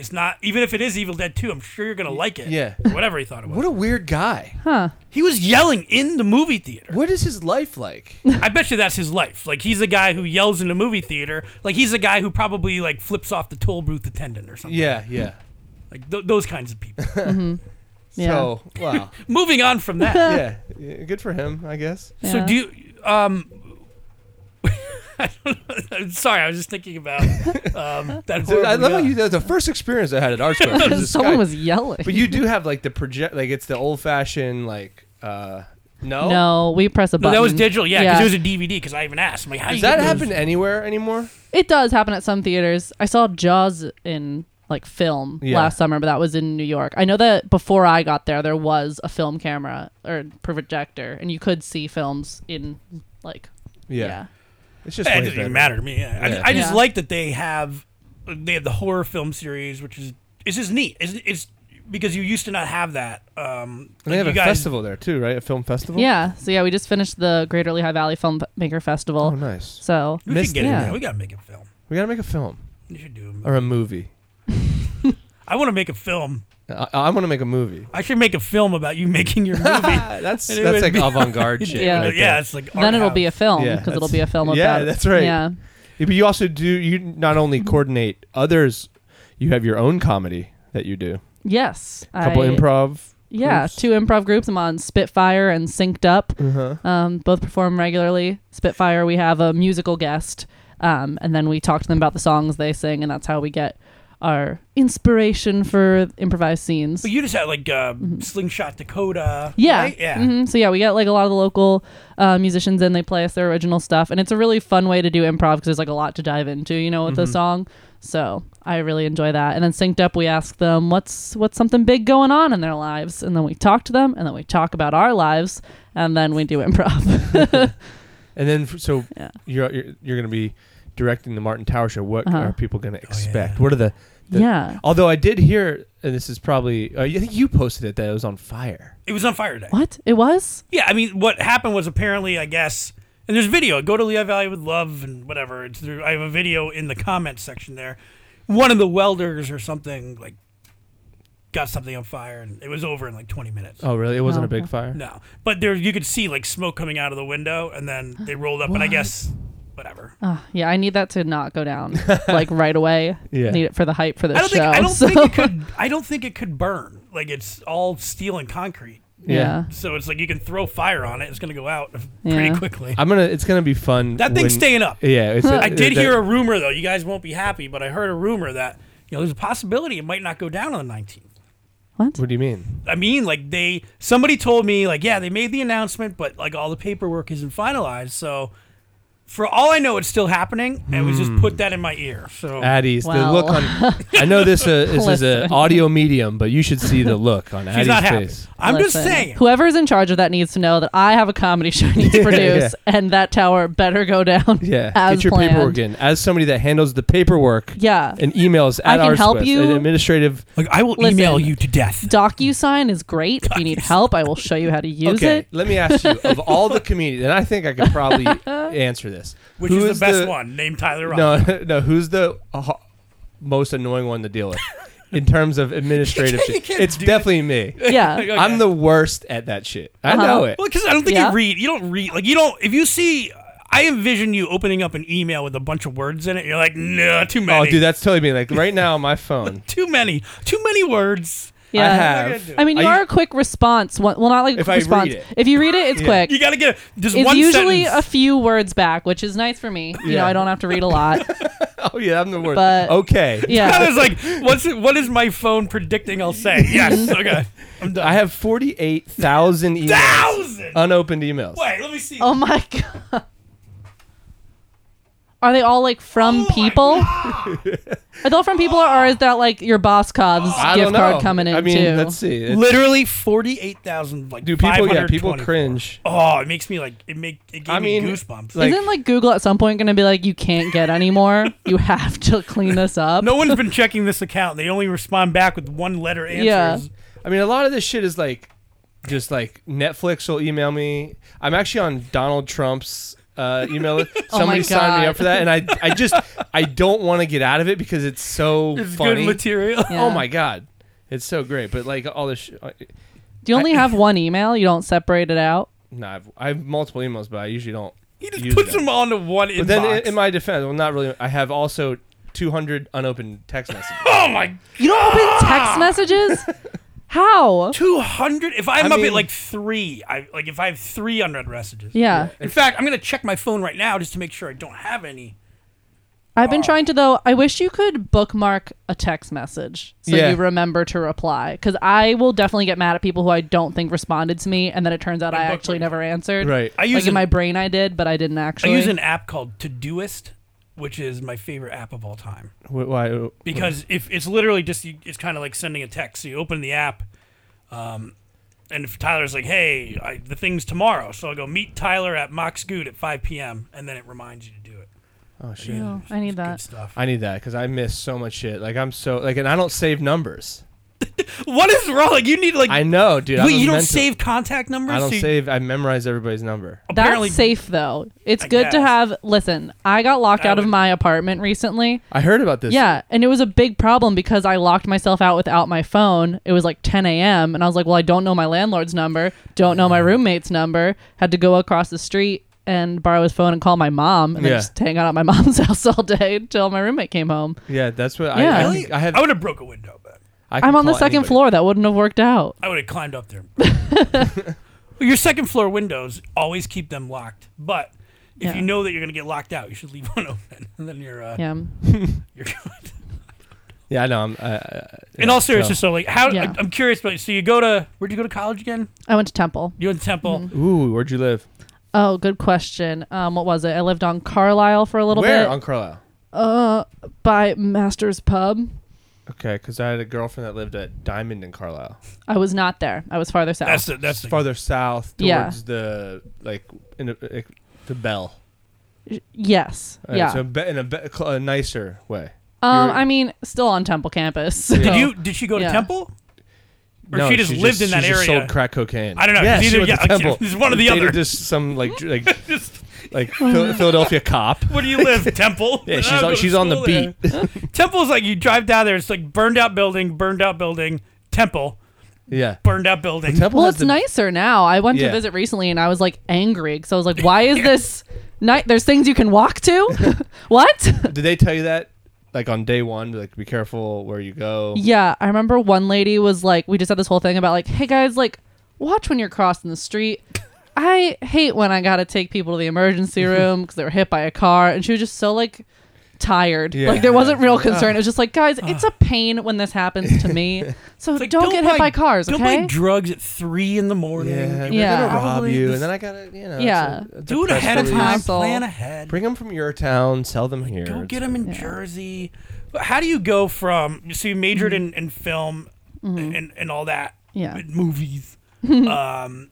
[SPEAKER 3] it's not even if it is Evil Dead 2, I'm sure you're gonna like it."
[SPEAKER 2] yeah.
[SPEAKER 3] Or whatever he thought it was.
[SPEAKER 2] What a weird guy.
[SPEAKER 3] He was yelling in the movie theater.
[SPEAKER 2] What is his life like?
[SPEAKER 3] I bet you that's his life. Like he's the guy who yells in the movie theater. Like he's the guy who probably like flips off the toll booth attendant or something.
[SPEAKER 2] yeah, yeah.
[SPEAKER 3] Like th- those kinds of people.
[SPEAKER 4] Yeah.
[SPEAKER 2] So wow.
[SPEAKER 3] Moving on from that.
[SPEAKER 2] yeah. yeah, good for him, I guess.
[SPEAKER 4] Yeah.
[SPEAKER 3] So do you? Um, I don't know. I'm sorry, I was just thinking about um, that.
[SPEAKER 2] So I
[SPEAKER 3] horrible
[SPEAKER 2] love
[SPEAKER 3] guy.
[SPEAKER 2] how you. That's the first experience I had at Arts Club. was this
[SPEAKER 4] Someone
[SPEAKER 2] guy.
[SPEAKER 4] was yelling.
[SPEAKER 2] But you do have like the project, like it's the old fashioned like. uh No.
[SPEAKER 4] No, we press a
[SPEAKER 3] No,
[SPEAKER 4] button.
[SPEAKER 3] that was digital, yeah, because it was a DVD. Because I even asked, I'm like, how do
[SPEAKER 2] Does
[SPEAKER 3] you
[SPEAKER 2] that
[SPEAKER 3] get those?
[SPEAKER 2] happen anywhere anymore?
[SPEAKER 4] It does happen at some theaters. I saw Jaws in like film
[SPEAKER 2] Yeah.
[SPEAKER 4] last summer, but that was in New York. I know that before I got there, there was a film camera or projector, and you could see films in like
[SPEAKER 2] Yeah.
[SPEAKER 4] yeah.
[SPEAKER 2] It's just
[SPEAKER 3] It
[SPEAKER 2] way
[SPEAKER 3] doesn't
[SPEAKER 2] better.
[SPEAKER 3] even matter to me. I,
[SPEAKER 2] Yeah.
[SPEAKER 3] I just
[SPEAKER 4] Yeah.
[SPEAKER 3] like that they have they have the horror film series, which is it's just neat. It's, it's because you used to not have that. Um,
[SPEAKER 2] And they have
[SPEAKER 3] you
[SPEAKER 2] a
[SPEAKER 3] guys-
[SPEAKER 2] festival there too, right? A film festival.
[SPEAKER 4] Yeah. So yeah, we just finished the Greater Lehigh Valley Filmmaker Festival.
[SPEAKER 2] Oh, nice.
[SPEAKER 4] So
[SPEAKER 3] We
[SPEAKER 2] Missed
[SPEAKER 3] should get
[SPEAKER 4] it.
[SPEAKER 3] it.
[SPEAKER 4] Yeah.
[SPEAKER 3] We gotta make a film.
[SPEAKER 2] We gotta make a film
[SPEAKER 3] We should do. A movie.
[SPEAKER 2] or a movie.
[SPEAKER 3] I want to make a film.
[SPEAKER 2] I, I want to make a movie.
[SPEAKER 3] I should make a film about you making your movie.
[SPEAKER 2] that's
[SPEAKER 3] And Uh, it
[SPEAKER 2] that's
[SPEAKER 3] would
[SPEAKER 2] like
[SPEAKER 3] be-
[SPEAKER 2] avant-garde shit.
[SPEAKER 4] Yeah.
[SPEAKER 2] right
[SPEAKER 3] yeah,
[SPEAKER 2] there.
[SPEAKER 3] it's like
[SPEAKER 4] then
[SPEAKER 3] art
[SPEAKER 4] it'll
[SPEAKER 3] house.
[SPEAKER 4] be a film
[SPEAKER 2] Yeah,
[SPEAKER 4] because it'll
[SPEAKER 2] that's-
[SPEAKER 4] be a film
[SPEAKER 2] yeah,
[SPEAKER 4] about.
[SPEAKER 2] that's right.
[SPEAKER 4] Yeah.
[SPEAKER 2] Yeah, But you also do. You not only coordinate others, you have your own comedy that you do.
[SPEAKER 4] Yes.
[SPEAKER 2] A couple
[SPEAKER 4] I-
[SPEAKER 2] improv.
[SPEAKER 4] Yeah,
[SPEAKER 2] groups.
[SPEAKER 4] two improv groups. I'm on Spitfire and Synced Up.
[SPEAKER 2] Uh-huh.
[SPEAKER 4] Um, both perform regularly. Spitfire, we have a musical guest, um, and then we talk to them about the songs they sing, and that's how we get our inspiration for improvised scenes.
[SPEAKER 3] But you just had like uh, Slingshot Dakota.
[SPEAKER 4] Yeah.
[SPEAKER 3] right? Yeah.
[SPEAKER 4] hmm So yeah, we get like a lot of the local uh, musicians in. They play us their original stuff, and it's a really fun way to do improv because there's like a lot to dive into, you know, with
[SPEAKER 3] Mm-hmm.
[SPEAKER 4] the song. So I really enjoy that. And then synced up, we ask them what's what's something big going on in their lives, and then we talk to them, and then we talk about our lives, and then we do improv.
[SPEAKER 2] And then f- so
[SPEAKER 4] Yeah.
[SPEAKER 2] you're you're, you're going to be directing the Martin Tower show. What
[SPEAKER 4] Uh-huh.
[SPEAKER 2] are people
[SPEAKER 3] Oh,
[SPEAKER 2] going to expect? What are the, the
[SPEAKER 4] yeah.
[SPEAKER 2] Although I did hear, and this is probably uh, I think you posted it that it was on fire.
[SPEAKER 3] It was on fire day.
[SPEAKER 4] What it was?
[SPEAKER 3] Yeah, I mean, what happened was apparently, I guess, and there's video. Go to Lehigh Valley with love and whatever. It's through, I have a video in the comments section there. One of the welders or something like got something on fire, and it was over in like 20 minutes.
[SPEAKER 2] Oh, really? It wasn't a
[SPEAKER 4] Oh,
[SPEAKER 2] big
[SPEAKER 4] okay.
[SPEAKER 2] fire.
[SPEAKER 3] No, but there you could see like smoke coming out of the window, and then they rolled up, and I guess whatever.
[SPEAKER 4] Uh, yeah, I need that to not go down like right away.
[SPEAKER 2] Yeah.
[SPEAKER 4] Need it for the hype for the
[SPEAKER 3] I don't
[SPEAKER 4] show.
[SPEAKER 3] think I don't
[SPEAKER 4] so-
[SPEAKER 3] think it could. I don't think it could burn. Like it's all steel and concrete.
[SPEAKER 4] yeah.
[SPEAKER 3] So it's like you can throw fire on it; it's gonna go out
[SPEAKER 4] Yeah.
[SPEAKER 3] pretty quickly.
[SPEAKER 2] I'm gonna. It's gonna be fun.
[SPEAKER 3] That thing's
[SPEAKER 2] when-
[SPEAKER 3] staying up.
[SPEAKER 2] Yeah, it's
[SPEAKER 3] I did
[SPEAKER 2] that-
[SPEAKER 3] hear a rumor though. You guys won't be happy, but I heard a rumor that you know there's a possibility it might not go down on the 19th.
[SPEAKER 4] What?
[SPEAKER 2] What do you mean?
[SPEAKER 3] I mean, like they somebody told me like yeah they made the announcement, but like all the paperwork isn't finalized. So for all I know, it's still happening, and we just put that in my ear. So
[SPEAKER 2] Addie's the
[SPEAKER 4] Wow.
[SPEAKER 2] look on. I know this. Uh, this is an
[SPEAKER 4] Listen.
[SPEAKER 2] audio medium, but you should see the look on
[SPEAKER 3] she's
[SPEAKER 2] Addie's
[SPEAKER 3] not happy.
[SPEAKER 2] face.
[SPEAKER 3] I'm just
[SPEAKER 4] Listen,
[SPEAKER 3] saying.
[SPEAKER 4] Whoever's in charge of that needs to know that I have a comedy show I need to
[SPEAKER 2] Yeah,
[SPEAKER 4] produce, and that tower better go down.
[SPEAKER 2] Yeah,
[SPEAKER 4] as
[SPEAKER 2] get your
[SPEAKER 4] planned.
[SPEAKER 2] paperwork in. As somebody that handles the paperwork
[SPEAKER 4] Yeah.
[SPEAKER 2] and emails
[SPEAKER 4] I
[SPEAKER 2] at
[SPEAKER 4] can
[SPEAKER 2] our
[SPEAKER 4] help you.
[SPEAKER 2] an administrative.
[SPEAKER 3] Like I will
[SPEAKER 4] Listen.
[SPEAKER 3] email you to death.
[SPEAKER 4] DocuSign is great. If you need help, I will show you how to use
[SPEAKER 2] okay,
[SPEAKER 4] it.
[SPEAKER 2] let me ask you. Of all the comedians, and I think I could probably answer this.
[SPEAKER 3] Which
[SPEAKER 2] Who
[SPEAKER 3] is, the best one? Name Tyler Rock.
[SPEAKER 2] No, no. Who's the uh, most annoying one to deal with in terms of administrative
[SPEAKER 3] You
[SPEAKER 2] shit?
[SPEAKER 3] can't
[SPEAKER 2] It's
[SPEAKER 3] do
[SPEAKER 2] definitely me.
[SPEAKER 4] Yeah.
[SPEAKER 3] Okay.
[SPEAKER 2] I'm the worst at that shit. I
[SPEAKER 4] Uh-huh.
[SPEAKER 2] know it.
[SPEAKER 3] Well, because I don't think
[SPEAKER 4] Yeah.
[SPEAKER 3] you read. You don't read. Like you don't. If you see, I envision you opening up an email with a bunch of words in it. You're like, nah, too
[SPEAKER 2] Oh,
[SPEAKER 3] many.
[SPEAKER 2] dude, that's totally me. Like right now, my phone.
[SPEAKER 3] too many. Too many words.
[SPEAKER 4] Yeah.
[SPEAKER 2] I
[SPEAKER 3] Not
[SPEAKER 2] have.
[SPEAKER 3] gonna do
[SPEAKER 4] I mean, you
[SPEAKER 2] I-
[SPEAKER 4] are a quick response. one- Well, not like a
[SPEAKER 2] If
[SPEAKER 4] quick
[SPEAKER 2] I read
[SPEAKER 4] response.
[SPEAKER 2] it.
[SPEAKER 4] If you read it, it's
[SPEAKER 2] Yeah.
[SPEAKER 4] quick.
[SPEAKER 3] You gotta get just
[SPEAKER 4] It's
[SPEAKER 3] one
[SPEAKER 4] usually
[SPEAKER 3] sentence.
[SPEAKER 4] a few words back, which is nice for me. You
[SPEAKER 2] Yeah.
[SPEAKER 4] know, I don't have to read a lot.
[SPEAKER 2] Oh yeah, I'm the worst.
[SPEAKER 4] But-
[SPEAKER 2] okay.
[SPEAKER 3] I
[SPEAKER 4] Yeah.
[SPEAKER 3] was like, what's it, what is my phone predicting I'll say? Yes. Okay. I'm done.
[SPEAKER 2] I have forty-eight thousand emails,
[SPEAKER 3] Thousand!
[SPEAKER 2] unopened emails.
[SPEAKER 3] Wait, let me see.
[SPEAKER 4] Oh my god. Are they all like
[SPEAKER 2] Oh
[SPEAKER 4] from people? Are they all from people, or is that like your boss Cov's
[SPEAKER 2] I
[SPEAKER 4] gift
[SPEAKER 2] don't know.
[SPEAKER 4] card coming in
[SPEAKER 2] I mean,
[SPEAKER 4] too?
[SPEAKER 2] let's see. It's-
[SPEAKER 3] Literally forty-eight thousand. Like,
[SPEAKER 2] do people? Yeah, people
[SPEAKER 3] 524.
[SPEAKER 2] cringe.
[SPEAKER 3] Oh, it makes me like it make it gave
[SPEAKER 2] I mean,
[SPEAKER 3] me goosebumps.
[SPEAKER 2] like-
[SPEAKER 4] Isn't like Google at some point going to be like, you can't get anymore. you have to clean this up.
[SPEAKER 3] no one's been checking this account. They only respond back with one letter answers.
[SPEAKER 4] Yeah.
[SPEAKER 2] I mean, a lot of this shit is like, just like Netflix will email me. I'm actually on Donald Trump's uh, email. list.
[SPEAKER 4] Oh my
[SPEAKER 2] Somebody signed me
[SPEAKER 4] God.
[SPEAKER 2] up for that, and I, I just, I don't want to get out of it because it's so
[SPEAKER 3] It's
[SPEAKER 2] funny.
[SPEAKER 3] good material.
[SPEAKER 2] Oh
[SPEAKER 4] Yeah.
[SPEAKER 2] my god, it's so great. But like all this, sh- uh, I-
[SPEAKER 4] Do you only have one email? You don't separate it out?
[SPEAKER 2] nah, I've, I have multiple emails, but I usually don't.
[SPEAKER 3] He just
[SPEAKER 2] use
[SPEAKER 3] puts
[SPEAKER 2] them.
[SPEAKER 3] them all into one
[SPEAKER 2] But
[SPEAKER 3] inbox.
[SPEAKER 2] then, in, in my defense, well, not really. I have also 200 unopened text messages.
[SPEAKER 3] oh my,
[SPEAKER 4] You don't open text messages? How?
[SPEAKER 3] two hundred. If I'm
[SPEAKER 2] I
[SPEAKER 3] up
[SPEAKER 2] mean-
[SPEAKER 3] at like three, I like if I have three unread messages.
[SPEAKER 4] Yeah.
[SPEAKER 3] In fact, I'm gonna check my phone right now just to make sure I don't have any.
[SPEAKER 4] I've been trying to, though. I wish you could bookmark a text message so
[SPEAKER 2] Yeah.
[SPEAKER 4] you remember to reply. Because I will definitely get mad at people who I don't think responded to me. And then it turns out I,
[SPEAKER 3] bookmarked
[SPEAKER 4] actually
[SPEAKER 3] it.
[SPEAKER 4] never answered.
[SPEAKER 2] right.
[SPEAKER 3] I
[SPEAKER 4] Like
[SPEAKER 3] use
[SPEAKER 4] in
[SPEAKER 3] an,
[SPEAKER 4] my brain, I did, but I didn't
[SPEAKER 3] I
[SPEAKER 4] actually.
[SPEAKER 3] use an app called Todoist. which is my favorite app of all time.
[SPEAKER 2] Wh- Why?
[SPEAKER 3] because if it's literally just you, it's kind of like sending a text. So you open the app, um, and if Tyler's like, "Hey, I, the thing's tomorrow," so I'll go meet Tyler at Mox Good at 5 p.m. and then it reminds you to do it.
[SPEAKER 2] Oh shit.
[SPEAKER 4] Oh, I need
[SPEAKER 3] It's Good
[SPEAKER 4] that.
[SPEAKER 3] stuff.
[SPEAKER 2] I need that because I miss so much shit. Like I'm so like, and I don't save numbers.
[SPEAKER 3] what is wrong? Like you need like
[SPEAKER 2] I know, dude. I'm
[SPEAKER 3] wait,
[SPEAKER 2] a
[SPEAKER 3] you don't
[SPEAKER 2] mental-
[SPEAKER 3] save contact numbers.
[SPEAKER 2] I don't
[SPEAKER 3] So you-
[SPEAKER 2] save. I memorize everybody's number.
[SPEAKER 3] Apparently,
[SPEAKER 4] That's safe though. It's
[SPEAKER 3] I
[SPEAKER 4] good to
[SPEAKER 3] guess.
[SPEAKER 4] have. Listen, I got locked
[SPEAKER 3] I
[SPEAKER 4] out of
[SPEAKER 3] would-
[SPEAKER 4] my apartment recently.
[SPEAKER 2] I heard about this.
[SPEAKER 4] Yeah, and it was a big problem because I locked myself out without my phone. It was like 10 a.m. and I was like, "Well, I don't know my landlord's number, don't know
[SPEAKER 2] Uh-huh.
[SPEAKER 4] my roommate's number." Had to go across the street and borrow his phone and call my mom, and then
[SPEAKER 2] Yeah.
[SPEAKER 4] just hang out at my mom's house all day until my roommate came home.
[SPEAKER 2] yeah. That's what I, I,
[SPEAKER 4] Yeah.
[SPEAKER 2] can-
[SPEAKER 3] really,
[SPEAKER 2] I
[SPEAKER 3] I,
[SPEAKER 2] have.
[SPEAKER 3] would have broke a window, but
[SPEAKER 2] I can
[SPEAKER 4] I'm on the
[SPEAKER 2] call
[SPEAKER 4] second
[SPEAKER 2] anybody.
[SPEAKER 4] floor. That wouldn't have worked out.
[SPEAKER 3] I would have climbed up there. Well, Your second floor windows always keep them locked, but. If
[SPEAKER 4] Yeah.
[SPEAKER 3] you know that you're gonna get locked out, you should leave one open, and then you're uh,
[SPEAKER 4] Yeah.
[SPEAKER 3] you're good.
[SPEAKER 2] Yeah, I know. I'm. I- I-
[SPEAKER 3] in
[SPEAKER 2] yeah,
[SPEAKER 3] all
[SPEAKER 2] so-
[SPEAKER 3] seriousness, so, like, how?
[SPEAKER 4] Yeah.
[SPEAKER 3] I, am curious, but so you go to where'd you go to college again?
[SPEAKER 4] I went to Temple.
[SPEAKER 3] You went to Temple.
[SPEAKER 4] Mm-hmm.
[SPEAKER 2] ooh, where'd you live?
[SPEAKER 4] Oh, good question. Um, what was it? I lived on Carlisle for a little
[SPEAKER 2] Where
[SPEAKER 4] bit.
[SPEAKER 2] on Carlisle?
[SPEAKER 4] uh, by Master's Pub.
[SPEAKER 2] Okay, because I had a girlfriend that lived at Diamond in Carlisle.
[SPEAKER 4] I was not there. I was farther south.
[SPEAKER 3] That's the that's the,
[SPEAKER 2] farther south towards
[SPEAKER 4] Yeah.
[SPEAKER 2] the like in a, like, the Bell.
[SPEAKER 4] yes.
[SPEAKER 2] All right,
[SPEAKER 4] yeah.
[SPEAKER 2] So be, in a, be, cl- a nicer way.
[SPEAKER 4] um,
[SPEAKER 2] you're-
[SPEAKER 4] I mean, still on Temple campus. so-
[SPEAKER 3] Did you did she go to
[SPEAKER 4] Yeah.
[SPEAKER 3] Temple? Or she just lived in that
[SPEAKER 2] she just
[SPEAKER 3] area.
[SPEAKER 2] sold crack cocaine.
[SPEAKER 3] I don't know,
[SPEAKER 2] Yeah,
[SPEAKER 3] it's
[SPEAKER 2] she
[SPEAKER 3] either-
[SPEAKER 2] went to
[SPEAKER 3] yeah,
[SPEAKER 2] Temple.
[SPEAKER 3] it's one or the
[SPEAKER 2] Dated
[SPEAKER 3] other.
[SPEAKER 2] Just some like dr- like
[SPEAKER 3] Just
[SPEAKER 2] like Phil- Philadelphia cop.
[SPEAKER 3] where do you live? Temple.
[SPEAKER 2] Yeah, she's
[SPEAKER 3] I go
[SPEAKER 2] on,
[SPEAKER 3] to
[SPEAKER 2] she's on the
[SPEAKER 3] school there.
[SPEAKER 2] beat.
[SPEAKER 3] Temple's like you drive down there. It's like burned out building, burned out building. Temple,
[SPEAKER 2] yeah.
[SPEAKER 3] burned out building.
[SPEAKER 2] Temple
[SPEAKER 4] Well,
[SPEAKER 2] has
[SPEAKER 4] it's
[SPEAKER 2] the-
[SPEAKER 4] nicer now. I went
[SPEAKER 2] Yeah.
[SPEAKER 4] to visit recently, and I was like angry because I was like, "Why is this night? There's things you can walk to. what?"
[SPEAKER 2] Did they tell you that like on day one? Like be careful where you go.
[SPEAKER 4] Yeah, I remember one lady was like, we just had this whole thing about like, hey guys, like, watch when you're crossing the street. I hate when I gotta take people to the emergency room because they were hit by a car, and she was just so like tired.
[SPEAKER 2] Yeah.
[SPEAKER 4] like there wasn't real concern. It was just like, guys, it's a pain when this happens to me. So
[SPEAKER 3] It's like,
[SPEAKER 4] don't, get hit
[SPEAKER 3] buy-
[SPEAKER 4] by cars,
[SPEAKER 3] Don't
[SPEAKER 4] okay?
[SPEAKER 3] buy drugs at three in the morning.
[SPEAKER 2] Yeah,
[SPEAKER 4] Yeah.
[SPEAKER 2] they're gonna rob
[SPEAKER 3] Probably
[SPEAKER 2] you,
[SPEAKER 3] this-
[SPEAKER 2] and then I gotta, you know, it's
[SPEAKER 4] Yeah.
[SPEAKER 2] a- it's a
[SPEAKER 3] Do it
[SPEAKER 2] press
[SPEAKER 3] ahead of
[SPEAKER 2] release.
[SPEAKER 3] time.
[SPEAKER 4] Hassle.
[SPEAKER 3] Plan ahead.
[SPEAKER 2] Bring them from your town, sell them here.
[SPEAKER 3] Go
[SPEAKER 2] It's-
[SPEAKER 3] get them in Jersey. But how do you go from so you majored in, in film and, and all that?
[SPEAKER 4] Mm-hmm. Yeah.
[SPEAKER 3] and movies. um,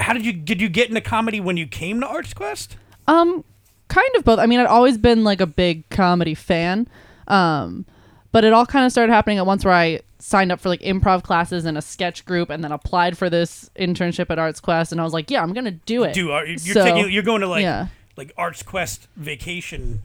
[SPEAKER 3] how did you did you get into comedy when you came to Arts Quest?
[SPEAKER 4] Um, kind of both. I mean, I'd always been like a big comedy fan. Um, but it all kind of started happening at once where I signed up for like improv classes and a sketch group and then applied for this internship at Arts Quest and I was like, yeah, I'm going to do it.
[SPEAKER 3] Do are you- you're
[SPEAKER 4] So,
[SPEAKER 3] taking you're going to like
[SPEAKER 4] yeah.
[SPEAKER 3] like Arts Quest vacation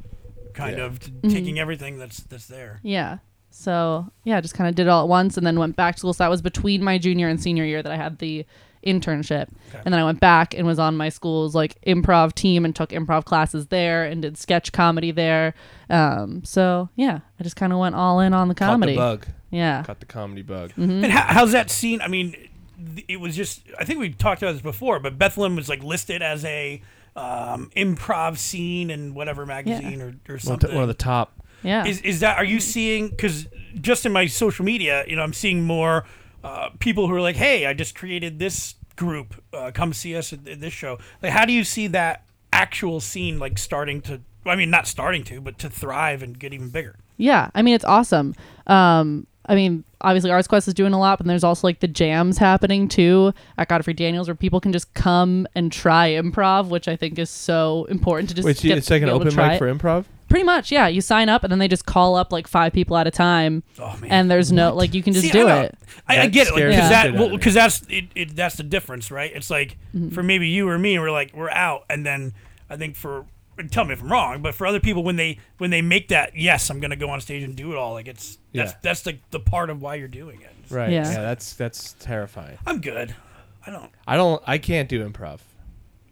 [SPEAKER 3] kind
[SPEAKER 2] Yeah.
[SPEAKER 3] of t-
[SPEAKER 4] Mm-hmm.
[SPEAKER 3] taking everything that's that's there.
[SPEAKER 4] Yeah. So, yeah, just kind of did it all at once and then went back to school. So that was between my junior and senior year that I had the internship. And then I went back and was on my school's like improv team and took improv classes there and did sketch comedy there. Um, so, yeah, I just kind of went all in on the
[SPEAKER 2] Caught
[SPEAKER 4] comedy.
[SPEAKER 2] the bug.
[SPEAKER 4] Yeah.
[SPEAKER 2] Caught the comedy bug.
[SPEAKER 4] Mm-hmm.
[SPEAKER 3] And how, how's that scene? I mean, th- it was just I think we talked about this before, but Bethlehem was like listed as a um, improv scene in whatever magazine or, or
[SPEAKER 2] One,
[SPEAKER 3] something.
[SPEAKER 2] t- one of the top.
[SPEAKER 4] Yeah.
[SPEAKER 3] Is is that are you seeing? Because just in my social media, you know, I'm seeing more uh, people who are like, "Hey, I just created this group. Uh, come see us at, at this show." Like, how do you see that actual scene like starting to? I mean, not starting to, but to thrive and get even bigger.
[SPEAKER 4] yeah. I mean, it's awesome. Um, I mean, obviously, Arts Quest is doing a lot, but there's also like the jams happening too at Godfrey Daniels where people can just come and try improv, which I think is so important to just
[SPEAKER 2] Wait,
[SPEAKER 4] get
[SPEAKER 2] it's like
[SPEAKER 4] to
[SPEAKER 2] an
[SPEAKER 4] be able to
[SPEAKER 2] open
[SPEAKER 4] try
[SPEAKER 2] mic
[SPEAKER 4] it.
[SPEAKER 2] for improv.
[SPEAKER 4] Pretty much, yeah. You sign up and then they just call up like five people at a time,
[SPEAKER 3] Oh, man.
[SPEAKER 4] and there's no like you can just
[SPEAKER 3] See,
[SPEAKER 4] do
[SPEAKER 3] I don't-
[SPEAKER 4] it.
[SPEAKER 3] I, I
[SPEAKER 2] That
[SPEAKER 3] get it,
[SPEAKER 2] scares
[SPEAKER 3] because
[SPEAKER 4] the
[SPEAKER 2] shit
[SPEAKER 3] that
[SPEAKER 2] out of
[SPEAKER 3] well,
[SPEAKER 2] me.
[SPEAKER 3] 'cause that's it, it, that's the difference, right? It's like
[SPEAKER 4] Mm-hmm.
[SPEAKER 3] for maybe you or me, we're like we're out, and then I think for and tell me if I'm wrong, but for other people, when they when they make that, yes, I'm gonna go on stage and do it all. Like it's that's
[SPEAKER 2] Yeah.
[SPEAKER 3] that's like the part of why you're doing it. It's-
[SPEAKER 2] Right. Yeah.
[SPEAKER 4] Yeah.
[SPEAKER 2] That's that's terrifying.
[SPEAKER 3] I'm good. I don't.
[SPEAKER 2] I don't. I can't do improv.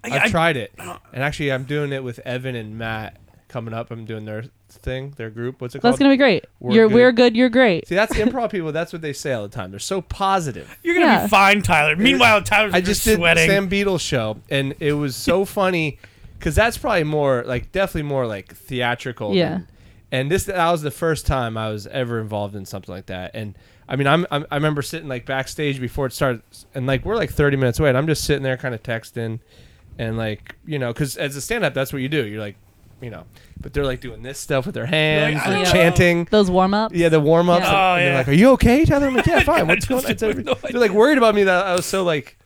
[SPEAKER 3] I,
[SPEAKER 2] I've
[SPEAKER 3] I-
[SPEAKER 2] tried it, and actually, I'm doing it with Evan and Matt coming up. I'm doing their thing, their group. What's it called?
[SPEAKER 4] That's gonna be great.
[SPEAKER 2] We're
[SPEAKER 4] you're
[SPEAKER 2] good.
[SPEAKER 4] we're good. You're great.
[SPEAKER 2] See, that's improv people. That's what they say all the time. They're so positive.
[SPEAKER 3] You're gonna
[SPEAKER 4] Yeah.
[SPEAKER 3] be fine, Tyler. Meanwhile, Tyler's
[SPEAKER 2] I just did
[SPEAKER 3] sweating.
[SPEAKER 2] Sam Beatles show, and it was so funny because that's probably more like definitely more like theatrical.
[SPEAKER 4] Yeah.
[SPEAKER 2] than- and this that was the first time I was ever involved in something like that, and I mean I'm, I'm I remember sitting like backstage before it started, and like we're like 30 minutes away, and I'm just sitting there kind of texting, and like you know because as a stand up that's what you do. You're like you know, but they're like doing this stuff with their hands,
[SPEAKER 3] I
[SPEAKER 2] they're
[SPEAKER 4] don't know.
[SPEAKER 2] chanting.
[SPEAKER 4] Those warm ups.
[SPEAKER 2] Yeah, the warm ups.
[SPEAKER 3] Yeah. Oh,
[SPEAKER 2] and
[SPEAKER 3] yeah.
[SPEAKER 2] They're like, "Are you okay, Tyler?" I'm like, "Yeah, fine.
[SPEAKER 3] I
[SPEAKER 2] What's going
[SPEAKER 3] just
[SPEAKER 2] on?" It's every-
[SPEAKER 3] have no
[SPEAKER 2] they're like worried about me that I was so like,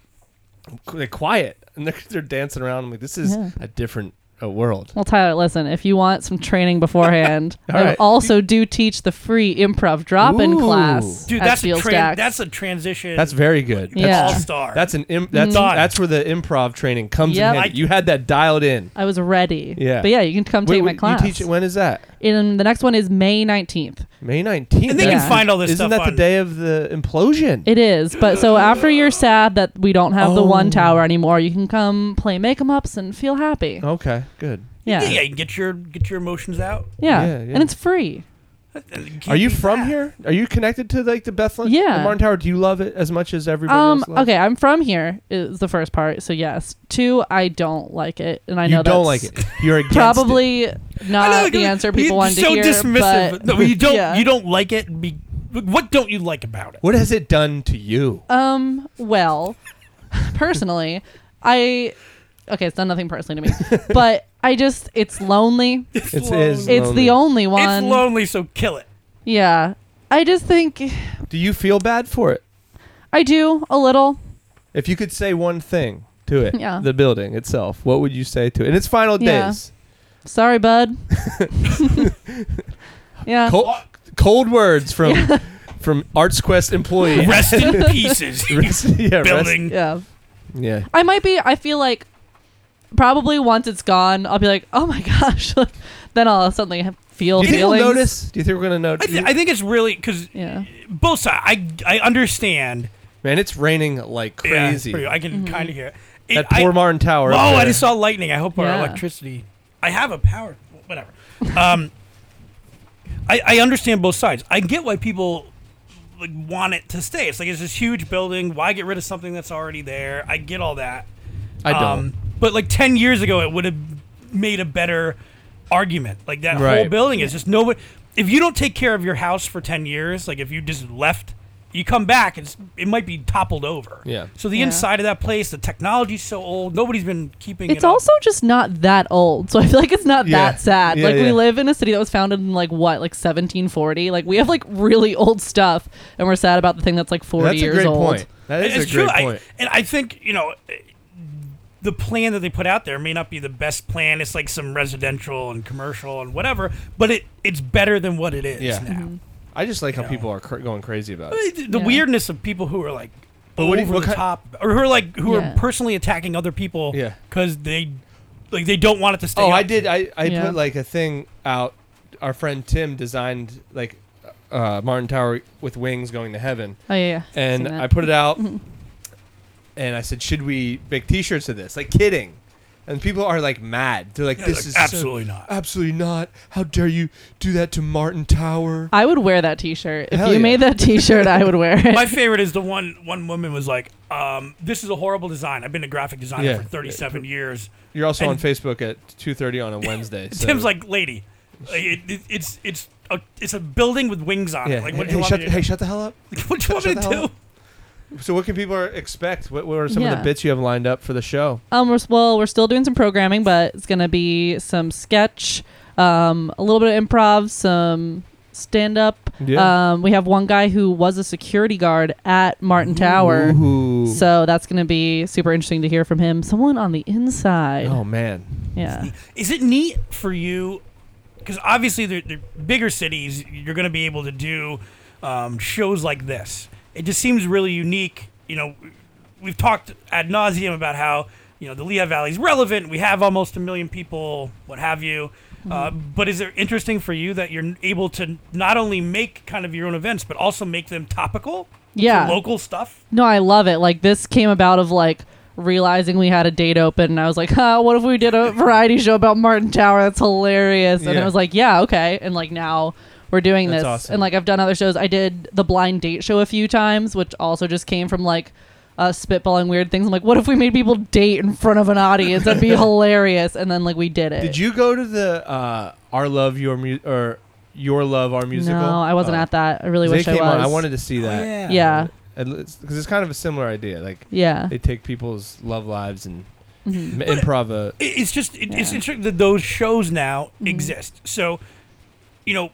[SPEAKER 2] qu- like quiet, and they're, they're dancing around. I'm like, "This is
[SPEAKER 4] Yeah.
[SPEAKER 2] a different uh, world."
[SPEAKER 4] Well, Tyler, listen, if you want some training beforehand,
[SPEAKER 2] All
[SPEAKER 4] I
[SPEAKER 2] right.
[SPEAKER 4] also do teach the free improv drop in
[SPEAKER 2] Ooh.
[SPEAKER 4] class.
[SPEAKER 3] Dude,
[SPEAKER 4] at
[SPEAKER 3] that's a
[SPEAKER 4] Field
[SPEAKER 3] tran-
[SPEAKER 4] Stacks.
[SPEAKER 3] that's a transition.
[SPEAKER 2] That's very good.
[SPEAKER 4] Yeah.
[SPEAKER 3] all star.
[SPEAKER 2] That's an Im- that's
[SPEAKER 3] Done.
[SPEAKER 2] that's where the improv training comes
[SPEAKER 4] Yep.
[SPEAKER 2] in. Handy.
[SPEAKER 3] I-
[SPEAKER 2] you had that dialed in.
[SPEAKER 4] I was ready.
[SPEAKER 2] Yeah.
[SPEAKER 4] But yeah, you can come
[SPEAKER 2] Wait,
[SPEAKER 4] take my
[SPEAKER 2] wait,
[SPEAKER 4] class.
[SPEAKER 2] You teach it. When is that?
[SPEAKER 4] and the next one is May 19th.
[SPEAKER 2] May nineteenth.
[SPEAKER 3] and they
[SPEAKER 4] Yeah.
[SPEAKER 3] can find all this
[SPEAKER 2] Isn't
[SPEAKER 3] stuff
[SPEAKER 2] that the
[SPEAKER 3] on-
[SPEAKER 2] day of the implosion?
[SPEAKER 4] It is. But so after you're sad that we don't have the
[SPEAKER 2] Oh.
[SPEAKER 4] one tower anymore, you can come play make em ups and feel happy.
[SPEAKER 2] okay, good.
[SPEAKER 4] Yeah.
[SPEAKER 3] Yeah,
[SPEAKER 4] Yeah.
[SPEAKER 3] you can get your get your emotions out.
[SPEAKER 2] Yeah, yeah.
[SPEAKER 4] And it's free.
[SPEAKER 2] Are you from here? Are you connected to like the Bethlehem?
[SPEAKER 4] Yeah.
[SPEAKER 2] the Martin Tower. Do you love it as much as everybody
[SPEAKER 4] Um,
[SPEAKER 2] else? Loves?
[SPEAKER 4] okay, I'm from here is the first part, so yes. Two, I don't like it. And I
[SPEAKER 2] you
[SPEAKER 4] know
[SPEAKER 2] don't
[SPEAKER 4] that's
[SPEAKER 2] like it. You're against It.
[SPEAKER 4] Probably
[SPEAKER 3] I
[SPEAKER 4] not
[SPEAKER 3] know,
[SPEAKER 4] Uh, the
[SPEAKER 3] you-
[SPEAKER 4] answer
[SPEAKER 3] you're
[SPEAKER 4] people wanted
[SPEAKER 3] so
[SPEAKER 4] to hear.
[SPEAKER 3] dismissive.
[SPEAKER 4] But
[SPEAKER 3] no, you don't.
[SPEAKER 4] Yeah.
[SPEAKER 3] You don't like it. Be, what don't you like about it?
[SPEAKER 2] What has it done to you?
[SPEAKER 4] Um, well, personally, I okay, it's done nothing personally to me, but I just it's lonely. It's
[SPEAKER 2] It's is.
[SPEAKER 4] the only one.
[SPEAKER 3] It's lonely, so kill it.
[SPEAKER 4] yeah. I just think
[SPEAKER 2] Do you feel bad for it?
[SPEAKER 4] I do a little.
[SPEAKER 2] If you could say one thing to it,
[SPEAKER 4] Yeah.
[SPEAKER 2] the building itself, what would you say to it? In its final
[SPEAKER 4] Yeah.
[SPEAKER 2] days,
[SPEAKER 4] Sorry, bud. yeah.
[SPEAKER 2] cold,
[SPEAKER 3] Uh,
[SPEAKER 2] cold words from from ArtsQuest employee.
[SPEAKER 3] Rest in pieces.
[SPEAKER 2] Rest- yeah, rest-
[SPEAKER 3] building.
[SPEAKER 4] Yeah.
[SPEAKER 2] yeah.
[SPEAKER 4] I might be I feel like probably once it's gone, I'll be like, "Oh my gosh." then I'll suddenly have feel
[SPEAKER 2] Do you think we'll
[SPEAKER 4] feelings.
[SPEAKER 2] notice? Do you think we're gonna
[SPEAKER 3] I,
[SPEAKER 2] notice?
[SPEAKER 3] th- I think it's really because
[SPEAKER 4] Yeah.
[SPEAKER 3] both sides. I I understand.
[SPEAKER 2] Man, it's raining like
[SPEAKER 3] Yeah,
[SPEAKER 2] crazy.
[SPEAKER 3] pretty- I can
[SPEAKER 4] Mm-hmm.
[SPEAKER 3] kind of hear it. It-
[SPEAKER 2] that poor
[SPEAKER 3] I,
[SPEAKER 2] Martin Tower.
[SPEAKER 3] Oh,
[SPEAKER 2] up
[SPEAKER 3] I
[SPEAKER 2] there.
[SPEAKER 3] just saw lightning. I hope our
[SPEAKER 4] Yeah.
[SPEAKER 3] electricity. I have a power. Whatever. Um, I I understand both sides. I get why people like want it to stay. It's like it's this huge building. Why get rid of something that's already there? I get all that.
[SPEAKER 2] I don't.
[SPEAKER 3] Um, but like ten years ago, it would have made a better argument. Like that whole
[SPEAKER 2] Right.
[SPEAKER 3] building is just nobody. If you don't take care of your house for ten years, like if you just left, you come back, it's it might be toppled over.
[SPEAKER 2] Yeah.
[SPEAKER 3] So the
[SPEAKER 4] Yeah.
[SPEAKER 3] inside of that place, the technology's so old. Nobody's been keeping.
[SPEAKER 4] It's
[SPEAKER 3] it up.
[SPEAKER 4] also just not that old, so I feel like it's not
[SPEAKER 2] Yeah.
[SPEAKER 4] that sad.
[SPEAKER 2] Yeah,
[SPEAKER 4] like
[SPEAKER 2] yeah.
[SPEAKER 4] we live in a city that was founded in like what, like 1740. Like we have like really old stuff, and we're sad about the thing that's like 40
[SPEAKER 2] That's a
[SPEAKER 4] years
[SPEAKER 2] great
[SPEAKER 4] old.
[SPEAKER 2] point. That is
[SPEAKER 3] it's
[SPEAKER 2] a
[SPEAKER 3] true.
[SPEAKER 2] great
[SPEAKER 3] I-
[SPEAKER 2] point.
[SPEAKER 3] and I think you know. The plan that they put out there may not be the best plan. It's like some residential and commercial and whatever, but it it's better than what it is
[SPEAKER 2] Yeah.
[SPEAKER 3] now.
[SPEAKER 4] Mm-hmm.
[SPEAKER 2] I, just like how people are cr- going crazy about it.
[SPEAKER 3] But the the
[SPEAKER 4] Yeah.
[SPEAKER 3] weirdness of people who are like
[SPEAKER 2] But what do you-
[SPEAKER 3] over
[SPEAKER 2] what
[SPEAKER 3] the
[SPEAKER 2] ki-
[SPEAKER 3] top, or who are like who
[SPEAKER 4] Yeah.
[SPEAKER 3] are personally attacking other people,
[SPEAKER 2] Yeah.
[SPEAKER 3] because they like they don't want it to stay.
[SPEAKER 2] Oh,
[SPEAKER 3] up.
[SPEAKER 2] I did. I, I
[SPEAKER 4] Yeah.
[SPEAKER 2] put like a thing out. Our friend Tim designed like uh, Martin Tower with wings going to heaven,
[SPEAKER 4] Oh yeah, yeah.
[SPEAKER 2] and
[SPEAKER 4] Seen that.
[SPEAKER 2] I put it out. and I said, "Should we make T-shirts of this?" Like kidding. And people are like mad. They're like,
[SPEAKER 3] Yeah,
[SPEAKER 2] "This
[SPEAKER 3] like,
[SPEAKER 2] is
[SPEAKER 3] absolutely not."
[SPEAKER 2] so, absolutely not. How dare you do that to Martin Tower?"
[SPEAKER 4] I would wear that T-shirt if
[SPEAKER 2] Hell
[SPEAKER 4] you
[SPEAKER 2] yeah.
[SPEAKER 4] made that T-shirt. I would wear it.
[SPEAKER 3] My favorite is the one one woman was like, um, "This is a horrible design. I've been a graphic designer
[SPEAKER 2] Yeah.
[SPEAKER 3] for 37 years."
[SPEAKER 2] You're also on
[SPEAKER 3] And-
[SPEAKER 2] Facebook at 2:30 on a Wednesday. so-
[SPEAKER 3] Tim's like, "Lady, like, it, it, it's it's a it's a building with wings on
[SPEAKER 2] yeah.
[SPEAKER 3] it. Like,
[SPEAKER 2] hey,
[SPEAKER 3] what do
[SPEAKER 2] hey,
[SPEAKER 3] you want
[SPEAKER 2] shut,
[SPEAKER 3] me to
[SPEAKER 2] hey,
[SPEAKER 3] do?
[SPEAKER 2] shut the hell up."
[SPEAKER 3] What do you want me
[SPEAKER 2] shut
[SPEAKER 3] to
[SPEAKER 2] the hell
[SPEAKER 3] do?"
[SPEAKER 2] up. So, what can people expect? What, what are some of
[SPEAKER 4] Yeah.
[SPEAKER 2] the bits you have lined up for the show?
[SPEAKER 4] Um, we're, s- well, we're still doing some programming, but it's gonna be some sketch, um, a little bit of improv, some stand up.
[SPEAKER 2] Yeah.
[SPEAKER 4] Um, we have one guy who was a security guard at Martin Tower.
[SPEAKER 2] Ooh.
[SPEAKER 4] So that's going to be super interesting to hear from him. Someone on the inside.
[SPEAKER 2] oh man,
[SPEAKER 4] Yeah.
[SPEAKER 3] Is it neat for you? Because obviously, the, the bigger cities, you're going to be able to do um, shows like this. It just seems really unique. You know, we've talked ad nauseum about how you know the Lehigh Valley is relevant. We have almost a million people, what have you. Uh, but is it interesting for you that you're able to not only make kind of your own events, but also make them topical?
[SPEAKER 4] Yeah.
[SPEAKER 3] local stuff.
[SPEAKER 4] No, I love it. Like this came about of like realizing we had a date open and I was like, huh, what if we did a variety show about Martin Tower? That's hilarious. And
[SPEAKER 2] Yeah.
[SPEAKER 4] it was like, yeah, okay. And like now we're doing
[SPEAKER 2] That's
[SPEAKER 4] this.
[SPEAKER 2] awesome.
[SPEAKER 4] And like I've done other shows. I did the blind date show a few times, which also just came from like us spitballing weird things. I'm like, what if we made people date in front of an audience? That'd be hilarious. And then like we did it.
[SPEAKER 2] did you go to the uh, Our Love Your Mu- or Your Love Our Musical?
[SPEAKER 4] No, I wasn't
[SPEAKER 2] Oh.
[SPEAKER 4] at that. I really
[SPEAKER 2] 'Cause
[SPEAKER 4] wish
[SPEAKER 2] they
[SPEAKER 4] I was.
[SPEAKER 2] came on. I wanted to
[SPEAKER 3] Oh,
[SPEAKER 2] see that.
[SPEAKER 4] Yeah.
[SPEAKER 2] because it's kind of a similar idea. Like
[SPEAKER 4] Yeah. Mm-hmm.
[SPEAKER 2] they take people's love lives and M- Improv. uh,
[SPEAKER 3] it- it's just it, it's interesting that those shows now exist. So, you know,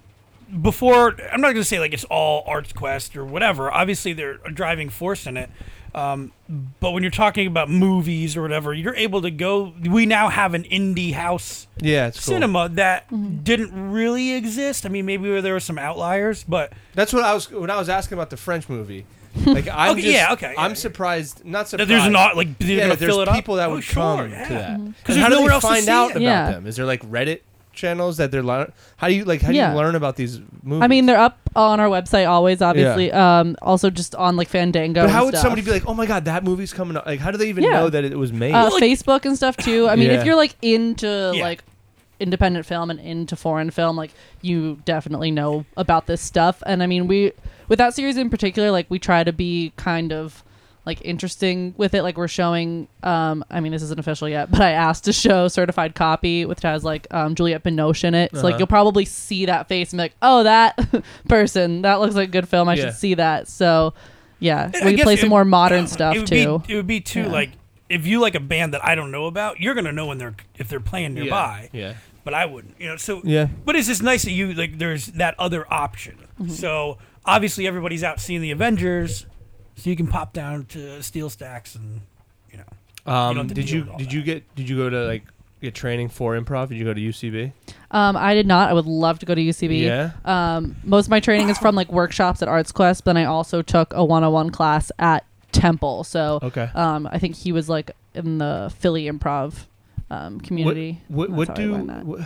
[SPEAKER 3] before I'm not going to say like it's all Arts Quest or whatever. Obviously, they're a driving force in it. Um, but when you're talking about movies or whatever, you're able to go. We now have an indie house
[SPEAKER 2] yeah, it's cool.
[SPEAKER 3] cinema that didn't really exist. I mean, maybe there were some outliers, but
[SPEAKER 2] That's what I was when I was asking about the French movie. Like I'm
[SPEAKER 3] Okay,
[SPEAKER 2] just,
[SPEAKER 3] yeah, okay, yeah,
[SPEAKER 2] I'm
[SPEAKER 3] yeah.
[SPEAKER 2] surprised, not surprised.
[SPEAKER 3] that there's not like they're
[SPEAKER 2] yeah,
[SPEAKER 3] going
[SPEAKER 2] that
[SPEAKER 3] to fill it up.
[SPEAKER 2] there's people that
[SPEAKER 3] Oh,
[SPEAKER 2] would
[SPEAKER 3] sure,
[SPEAKER 2] come
[SPEAKER 3] yeah. Mm-hmm.
[SPEAKER 2] to that. And
[SPEAKER 3] there's
[SPEAKER 2] how do
[SPEAKER 3] nowhere
[SPEAKER 2] they
[SPEAKER 3] else to
[SPEAKER 2] find
[SPEAKER 3] see
[SPEAKER 2] out
[SPEAKER 3] it.
[SPEAKER 2] about
[SPEAKER 4] Mm-hmm. Yeah.
[SPEAKER 2] them? Is there like Reddit channels that they're learn? How do you like? How do
[SPEAKER 4] Yeah.
[SPEAKER 2] you learn about these movies?
[SPEAKER 4] I mean, they're up on our website always, obviously. Um, also just on like Fandango.
[SPEAKER 2] but how
[SPEAKER 4] and
[SPEAKER 2] would
[SPEAKER 4] stuff.
[SPEAKER 2] somebody be like, "Oh my god, that movie's coming up"? Like, how do they even
[SPEAKER 4] Yeah.
[SPEAKER 2] know that it was made?
[SPEAKER 4] uh,
[SPEAKER 3] like-
[SPEAKER 4] Facebook and stuff too? I mean,
[SPEAKER 2] Yeah.
[SPEAKER 4] if you're like into
[SPEAKER 3] Yeah.
[SPEAKER 4] like independent film and into foreign film, like you definitely know about this stuff. And I mean, we with that series in particular, like we try to be kind of like interesting with it. Like we're showing. Um, I mean, this isn't official yet, but I asked to show certified copy, which has like um, Juliette Binoche in it. So
[SPEAKER 2] Uh-huh.
[SPEAKER 4] like you'll probably see that face and be like, oh, that person that looks like a good film. I
[SPEAKER 2] Yeah.
[SPEAKER 4] should see that. So. Yeah,
[SPEAKER 3] I
[SPEAKER 4] we
[SPEAKER 3] guess
[SPEAKER 4] play
[SPEAKER 3] it-
[SPEAKER 4] some more modern
[SPEAKER 3] it
[SPEAKER 4] stuff
[SPEAKER 3] would
[SPEAKER 4] too.
[SPEAKER 3] Be, it would be too
[SPEAKER 4] Yeah.
[SPEAKER 3] like if you like a band that I don't know about, you're gonna know when they're if they're playing
[SPEAKER 2] Yeah.
[SPEAKER 3] nearby.
[SPEAKER 2] Yeah.
[SPEAKER 3] But I wouldn't, you know. So
[SPEAKER 2] Yeah.
[SPEAKER 3] But it's just nice that you like. There's that other option.
[SPEAKER 4] Mm-hmm.
[SPEAKER 3] So obviously everybody's out seeing the Avengers, so you can pop down to Steel Stacks and you know. don't
[SPEAKER 2] Um,
[SPEAKER 3] have to
[SPEAKER 2] did
[SPEAKER 3] deal
[SPEAKER 2] you
[SPEAKER 3] with all
[SPEAKER 2] did
[SPEAKER 3] that.
[SPEAKER 2] you get did you go to like get training for improv? Did you go to UCB?
[SPEAKER 4] Um, I did not. I would love to go to UCB.
[SPEAKER 2] Yeah.
[SPEAKER 4] Um, most of my training is from like workshops at Arts Quest, but then I also took a one-on-one class at Temple. So
[SPEAKER 2] Okay.
[SPEAKER 4] um, I think he was like in the Philly improv um, community.
[SPEAKER 2] What
[SPEAKER 4] That's
[SPEAKER 2] what,
[SPEAKER 4] how
[SPEAKER 2] what
[SPEAKER 4] I
[SPEAKER 2] do
[SPEAKER 4] learned that.
[SPEAKER 2] what,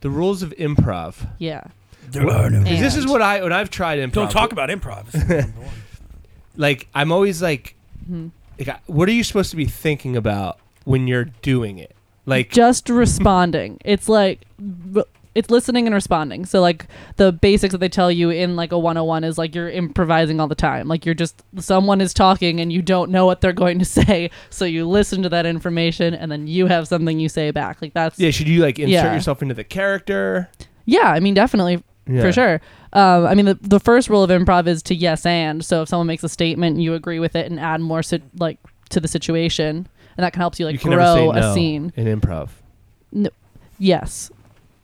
[SPEAKER 2] the rules of improv?
[SPEAKER 4] yeah.
[SPEAKER 3] There are no.
[SPEAKER 2] 'Cause This
[SPEAKER 4] And-
[SPEAKER 2] is what I when I've tried improv.
[SPEAKER 3] Don't talk about improv. It's number one.
[SPEAKER 2] like I'm always like,
[SPEAKER 4] Mm-hmm.
[SPEAKER 2] like I- what are you supposed to be thinking about when you're doing it? Like
[SPEAKER 4] just responding. It's like b- it's listening and responding. So like the basics that they tell you in like a 101 is like you're improvising all the time. Like you're just someone is talking and you don't know what they're going to say, so you listen to that information and then you have something you say back. Like that's
[SPEAKER 2] yeah, should you like insert
[SPEAKER 4] Yeah.
[SPEAKER 2] yourself into the character?
[SPEAKER 4] yeah, I mean definitely
[SPEAKER 2] Yeah.
[SPEAKER 4] for sure. Um, I mean the the first rule of improv is to yes and. So if someone makes a statement, you agree with it and add more sit like to the situation. And that can help you like
[SPEAKER 2] you can never say
[SPEAKER 4] grow
[SPEAKER 2] no
[SPEAKER 4] a scene.
[SPEAKER 2] in improv.
[SPEAKER 4] Yes.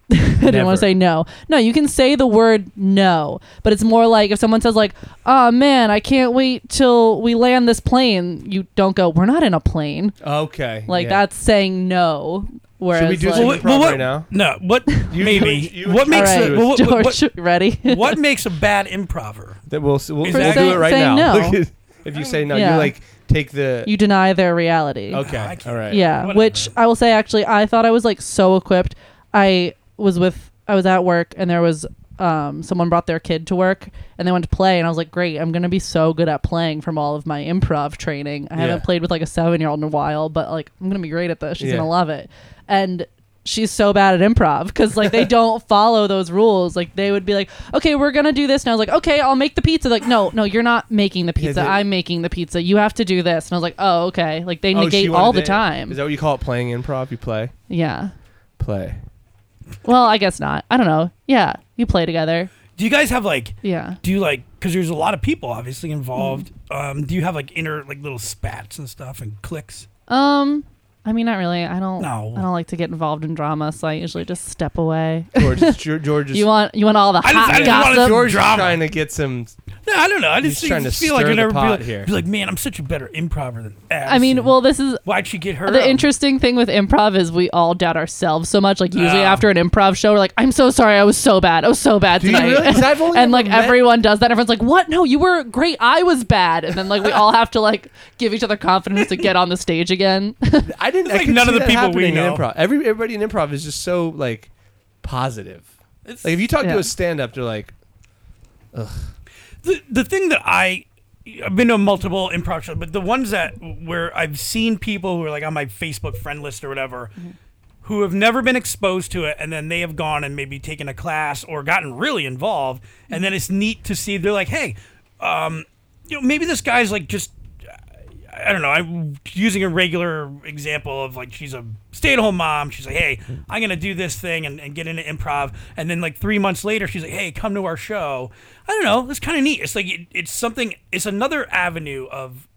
[SPEAKER 4] I didn't want
[SPEAKER 2] Never.
[SPEAKER 4] to say no. No, you can say the word no, but it's more like if someone says like, "Oh man, I can't wait till we land this plane." You don't go, "We're not in a plane."
[SPEAKER 2] Okay,
[SPEAKER 4] Like that's saying no. Whereas
[SPEAKER 2] we do
[SPEAKER 4] like,
[SPEAKER 2] some-
[SPEAKER 3] what-
[SPEAKER 2] improv
[SPEAKER 3] what,
[SPEAKER 2] right now?
[SPEAKER 3] No. What
[SPEAKER 2] You-
[SPEAKER 3] maybe?
[SPEAKER 2] you- you-
[SPEAKER 3] what
[SPEAKER 4] all
[SPEAKER 3] makes
[SPEAKER 4] right,
[SPEAKER 3] a, well, what,
[SPEAKER 4] George,
[SPEAKER 3] what,
[SPEAKER 4] ready?
[SPEAKER 3] what- what makes a bad improver?
[SPEAKER 2] that we'll we'll, we'll
[SPEAKER 3] Exactly.
[SPEAKER 2] do it right
[SPEAKER 4] Say
[SPEAKER 2] now.
[SPEAKER 4] no.
[SPEAKER 2] Look at- if you say no,
[SPEAKER 4] Yeah.
[SPEAKER 2] you like take the
[SPEAKER 4] you deny their reality.
[SPEAKER 3] No, I
[SPEAKER 2] okay,
[SPEAKER 3] can't.
[SPEAKER 2] all right,
[SPEAKER 4] Yeah,
[SPEAKER 3] Whatever.
[SPEAKER 4] which I will say actually, I thought I was like so equipped. I was with I was at work and there was um someone brought their kid to work and they went to play and I was like, great, I'm gonna be so good at playing from all of my improv training. I
[SPEAKER 2] Yeah.
[SPEAKER 4] haven't played with like a seven year old in a while, but like I'm gonna be great at this. She's
[SPEAKER 2] Yeah.
[SPEAKER 4] gonna love it. And she's so bad at improv because like they don't follow those rules. Like they would be like, okay, we're gonna do this, and I was like, okay, I'll make the pizza. Like no, no, you're not making the pizza.
[SPEAKER 2] they-
[SPEAKER 4] I'm making the pizza. You have to do this, and I was like, oh, okay. Like they
[SPEAKER 2] Oh, she
[SPEAKER 4] negate
[SPEAKER 2] wanted
[SPEAKER 4] all the
[SPEAKER 2] to-
[SPEAKER 4] time.
[SPEAKER 2] Is that what you call it? Playing improv? You play,
[SPEAKER 4] Yeah.
[SPEAKER 2] play.
[SPEAKER 4] Well, I guess not. I don't know. Yeah, you play together.
[SPEAKER 3] Do you guys have like?
[SPEAKER 4] Yeah.
[SPEAKER 3] Do you like? Because there's a lot of people obviously involved.
[SPEAKER 2] Mm-hmm.
[SPEAKER 3] Um, do you have like inner like little spats and stuff and clicks?
[SPEAKER 4] Um, I mean, not really. I don't.
[SPEAKER 3] No.
[SPEAKER 4] I don't like to get involved in drama, so I usually just step away.
[SPEAKER 2] George, is- George is
[SPEAKER 4] You want you want all the
[SPEAKER 3] I just-
[SPEAKER 4] hot
[SPEAKER 3] I just wanna
[SPEAKER 4] gossip.
[SPEAKER 2] George is
[SPEAKER 3] drama.
[SPEAKER 2] trying to get some.
[SPEAKER 3] No, I don't know. I just
[SPEAKER 2] He's
[SPEAKER 3] think-
[SPEAKER 2] trying to
[SPEAKER 3] just feel like
[SPEAKER 2] stir
[SPEAKER 3] you
[SPEAKER 2] the
[SPEAKER 3] never be
[SPEAKER 2] pot
[SPEAKER 3] like,
[SPEAKER 2] here.
[SPEAKER 3] be like, man, I'm such a better improver than.
[SPEAKER 4] I mean,
[SPEAKER 3] Addison.
[SPEAKER 4] well, this is
[SPEAKER 3] why'd she get her?
[SPEAKER 4] the
[SPEAKER 3] out?
[SPEAKER 4] interesting thing with improv is we all doubt ourselves so much. Like usually
[SPEAKER 3] Ah.
[SPEAKER 4] after an improv show, we're like, "I'm so sorry, I was so bad. I was so bad
[SPEAKER 2] you
[SPEAKER 4] tonight."
[SPEAKER 2] really? 'Cause I've only
[SPEAKER 4] and like
[SPEAKER 2] ever met-
[SPEAKER 4] everyone does that. Everyone's like, "What? No, you were great. I was bad." And then like we all have to like give each other confidence to get on the stage again.
[SPEAKER 2] I didn't.
[SPEAKER 3] It's
[SPEAKER 2] I
[SPEAKER 3] like
[SPEAKER 2] could
[SPEAKER 3] none of
[SPEAKER 2] see
[SPEAKER 3] the
[SPEAKER 2] that
[SPEAKER 3] people we
[SPEAKER 2] happening in
[SPEAKER 3] know.
[SPEAKER 2] Improv. Every everybody in improv is just so like positive.
[SPEAKER 3] It's-
[SPEAKER 2] Like if you talk
[SPEAKER 4] Yeah.
[SPEAKER 2] to a stand-up, they're like,
[SPEAKER 3] the the thing that I I've been to multiple improv shows, but the ones that where I've seen people who are like on my Facebook friend list or whatever, who have never been exposed to it, and then they have gone and maybe taken a class or gotten really involved, and then it's neat to see they're like, hey, um, you know, maybe this guy's like just. I don't know. I'm using a regular example of like she's a stay-at-home mom. She's like, "Hey, I'm gonna do this thing and, and get into improv." And then like three months later, she's like, "Hey, come to our show." I don't know. It's kind of neat. It's like it, it's something. It's another avenue of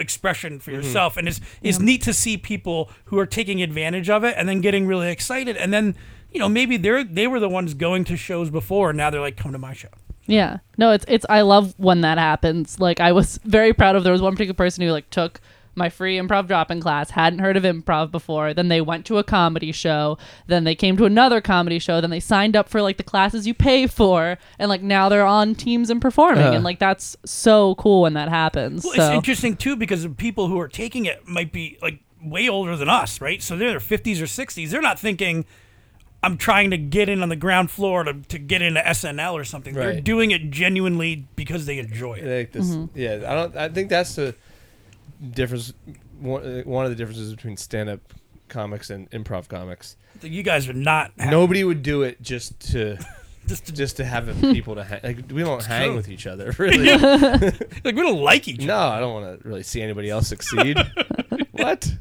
[SPEAKER 3] expression for yourself, and it's it's neat to see people who are taking advantage of it and then getting really excited, and then you know maybe they're they were the ones going to shows before, and now they're like, come to my show.
[SPEAKER 4] Yeah. No, it's it's I love when that happens. Like I was very proud of there was one particular person who like took my free improv drop-in class, hadn't heard of improv before, then they went to a comedy show, then they came to another comedy show, then they signed up for like the classes you pay for, and like now they're on teams and performing.
[SPEAKER 2] Uh.
[SPEAKER 4] and like that's so cool when that happens.
[SPEAKER 3] Well,
[SPEAKER 4] so
[SPEAKER 3] it's interesting too because the people who are taking it might be like way older than us, right? So they're in their fifties or sixties. They're not thinking, "I'm trying to get in on the ground floor to, to get into SNL or something." They're
[SPEAKER 2] Right.
[SPEAKER 3] doing it genuinely because they enjoy it.
[SPEAKER 2] like this.
[SPEAKER 4] Mm-hmm.
[SPEAKER 2] Yeah, I don't. I think that's the difference. One, uh, one of the differences between stand-up comics and improv comics.
[SPEAKER 3] You guys are not ha-
[SPEAKER 2] Nobody would do it just to
[SPEAKER 3] just to,
[SPEAKER 2] just to have people to hang. Like we don't hang
[SPEAKER 3] true.
[SPEAKER 2] with each other. Really?
[SPEAKER 3] like we don't like each other.
[SPEAKER 2] no, I don't want to really see anybody else succeed. what?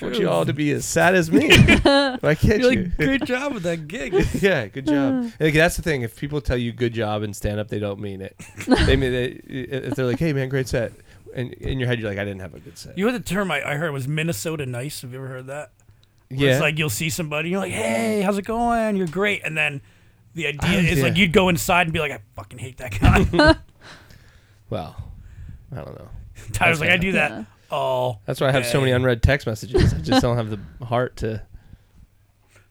[SPEAKER 2] I want you all to be as sad as me. Why can't
[SPEAKER 3] You're
[SPEAKER 2] you?
[SPEAKER 3] like, uh. great job with that gig.
[SPEAKER 2] yeah, good job. Like, that's the thing. If people tell you good job and stand up, they don't mean it. they mean they, if they're like, "Hey, man, great set," and in your head you're like, "I didn't have a good set."
[SPEAKER 3] You know the term I, I heard was Minnesota nice. Have you ever heard that? Where
[SPEAKER 2] yeah,
[SPEAKER 3] It's like you'll see somebody, you're like, hey, how's it going? You're great. And then the idea is
[SPEAKER 2] Oh, yeah.
[SPEAKER 3] like you'd go inside and be like, I fucking hate that guy.
[SPEAKER 2] well, I don't know.
[SPEAKER 3] Tyler's like, I do that
[SPEAKER 4] Yeah.
[SPEAKER 3] all.
[SPEAKER 2] That's why I have so many unread text messages. I just don't have the heart to.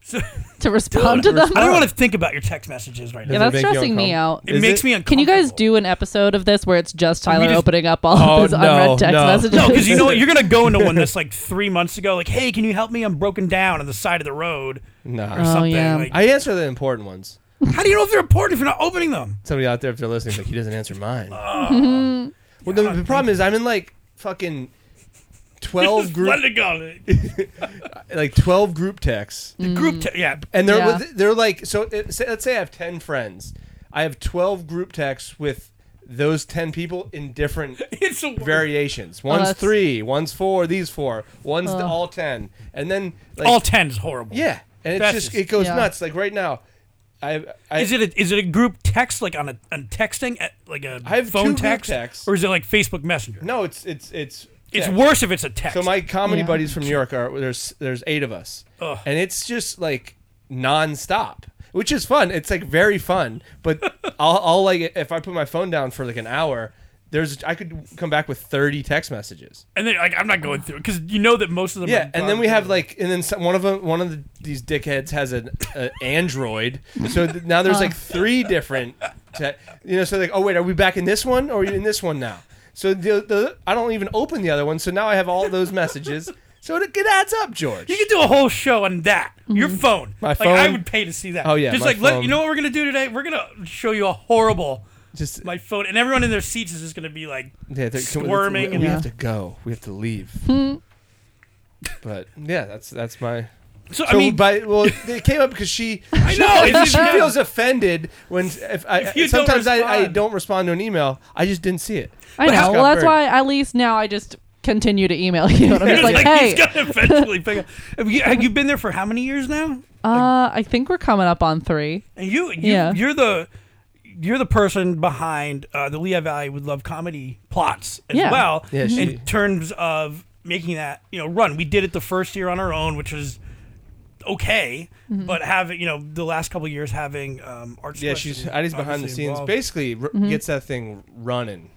[SPEAKER 3] So,
[SPEAKER 4] to
[SPEAKER 3] I
[SPEAKER 4] respond to them.
[SPEAKER 3] don't want to think about your text messages right
[SPEAKER 2] Does
[SPEAKER 4] Yeah,
[SPEAKER 3] now.
[SPEAKER 2] it
[SPEAKER 4] that's
[SPEAKER 2] make you
[SPEAKER 4] stressing me out.
[SPEAKER 3] It
[SPEAKER 2] Is
[SPEAKER 3] makes
[SPEAKER 2] it?
[SPEAKER 3] me uncomfortable.
[SPEAKER 4] Can you guys do an episode of this where it's just
[SPEAKER 3] we
[SPEAKER 4] Tyler
[SPEAKER 3] just-
[SPEAKER 4] opening up all
[SPEAKER 2] Oh,
[SPEAKER 4] of his unread
[SPEAKER 2] no,
[SPEAKER 4] text
[SPEAKER 2] no.
[SPEAKER 4] messages?
[SPEAKER 3] No, because you know what? You're gonna go into one that's like three months ago. Like, hey, can you help me? I'm broken down on the side of the road or
[SPEAKER 2] Nah,
[SPEAKER 4] Oh,
[SPEAKER 3] something.
[SPEAKER 4] yeah.
[SPEAKER 3] Like,
[SPEAKER 2] I answer the important ones.
[SPEAKER 3] how do you know if they're important if you're not opening them?
[SPEAKER 2] Somebody out there, if they're listening, is like he doesn't answer mine.
[SPEAKER 3] Oh.
[SPEAKER 2] well, the, the problem is I'm in like fucking twelve
[SPEAKER 3] Just
[SPEAKER 2] group,
[SPEAKER 3] let it go.
[SPEAKER 2] like twelve group texts.
[SPEAKER 4] Mm.
[SPEAKER 3] Group, te- yeah.
[SPEAKER 2] and they're
[SPEAKER 4] Yeah.
[SPEAKER 2] they're like so. It, say, let's say I have ten friends. I have twelve group texts with those ten people in different
[SPEAKER 3] It's a
[SPEAKER 2] variations. One's
[SPEAKER 4] Oh, that's- Oh.
[SPEAKER 2] three, one's four, these four, one's the all ten, and then like,
[SPEAKER 3] all ten is horrible.
[SPEAKER 2] yeah, and it's
[SPEAKER 3] That's
[SPEAKER 2] just
[SPEAKER 3] just-
[SPEAKER 2] it goes
[SPEAKER 4] Yeah.
[SPEAKER 2] nuts. Like right now, I I
[SPEAKER 3] Is it a, is it a group text like on a on texting at, like a
[SPEAKER 2] I have two
[SPEAKER 3] phone
[SPEAKER 2] group
[SPEAKER 3] text
[SPEAKER 2] texts.
[SPEAKER 3] or is it like Facebook Messenger?
[SPEAKER 2] no, it's it's it's
[SPEAKER 3] it's
[SPEAKER 2] yeah.
[SPEAKER 3] worse if it's a text.
[SPEAKER 2] So my comedy
[SPEAKER 4] Yeah.
[SPEAKER 2] buddies from New York are there's there's eight of us,
[SPEAKER 3] Ugh.
[SPEAKER 2] and it's just like nonstop, which is fun. It's like very fun, but I'll, I'll like if I put my phone down for like an hour, there's I could come back with thirty text messages.
[SPEAKER 3] and then like I'm not going through because you know that most of them.
[SPEAKER 2] Yeah,
[SPEAKER 3] are
[SPEAKER 2] and then we
[SPEAKER 3] garbage.
[SPEAKER 2] have like, and then some, one of them, one of the, these dickheads has an uh, Android. So th- now there's like three different, te- you know. So like, oh wait, are we back in this one or are you in this one now? So the, the I don't even open the other one. So now I have all those messages. So it, it adds up, George.
[SPEAKER 3] You could do a whole show on that. Your phone.
[SPEAKER 2] My
[SPEAKER 3] like, I
[SPEAKER 2] phone?
[SPEAKER 3] would pay to see that.
[SPEAKER 2] Oh, yeah,
[SPEAKER 3] Just
[SPEAKER 2] my
[SPEAKER 3] like let you
[SPEAKER 2] phone.
[SPEAKER 3] know what we're gonna do today. We're gonna show you a horrible
[SPEAKER 2] Just
[SPEAKER 3] my phone, and everyone in their seats is just gonna be like
[SPEAKER 2] yeah, they're- can we-
[SPEAKER 3] squirming.
[SPEAKER 2] We,
[SPEAKER 3] and
[SPEAKER 2] we
[SPEAKER 4] Yeah.
[SPEAKER 2] have to go. We have to leave. but yeah, that's that's my.
[SPEAKER 3] So,
[SPEAKER 2] So,
[SPEAKER 3] I mean,
[SPEAKER 2] but well, it came up because she.
[SPEAKER 3] I know. it's-
[SPEAKER 2] she
[SPEAKER 3] yeah.
[SPEAKER 2] feels offended when if I
[SPEAKER 3] If you don't
[SPEAKER 2] sometimes I, I
[SPEAKER 3] respond.
[SPEAKER 2] don't respond to an email. I just didn't see it.
[SPEAKER 4] I
[SPEAKER 2] But
[SPEAKER 4] know.
[SPEAKER 2] Scott
[SPEAKER 4] Well, that's
[SPEAKER 2] Bird-
[SPEAKER 4] why at least now I just continue to email you. And I'm
[SPEAKER 3] You're
[SPEAKER 4] just like,
[SPEAKER 3] just
[SPEAKER 4] hey,
[SPEAKER 3] he's gonna eventually pick up. Have you, have you been there for how many years now?
[SPEAKER 4] uh, I think we're coming up on three.
[SPEAKER 3] And you, you
[SPEAKER 4] Yeah.
[SPEAKER 3] you're the you're the person behind uh, the Lehigh Valley would love comedy plots as
[SPEAKER 4] Yeah.
[SPEAKER 3] well.
[SPEAKER 2] Yeah, she-
[SPEAKER 3] in terms of making that you know run, we did it the first year on our own, which was okay.
[SPEAKER 4] Mm-hmm.
[SPEAKER 3] But having you know the last couple of years having um, arts.
[SPEAKER 2] Yeah,
[SPEAKER 3] Quest
[SPEAKER 2] she's
[SPEAKER 3] and
[SPEAKER 2] Heidi's behind the
[SPEAKER 3] obviously
[SPEAKER 2] scenes.
[SPEAKER 3] involved.
[SPEAKER 2] Basically, r-
[SPEAKER 4] Mm-hmm.
[SPEAKER 2] gets that thing running.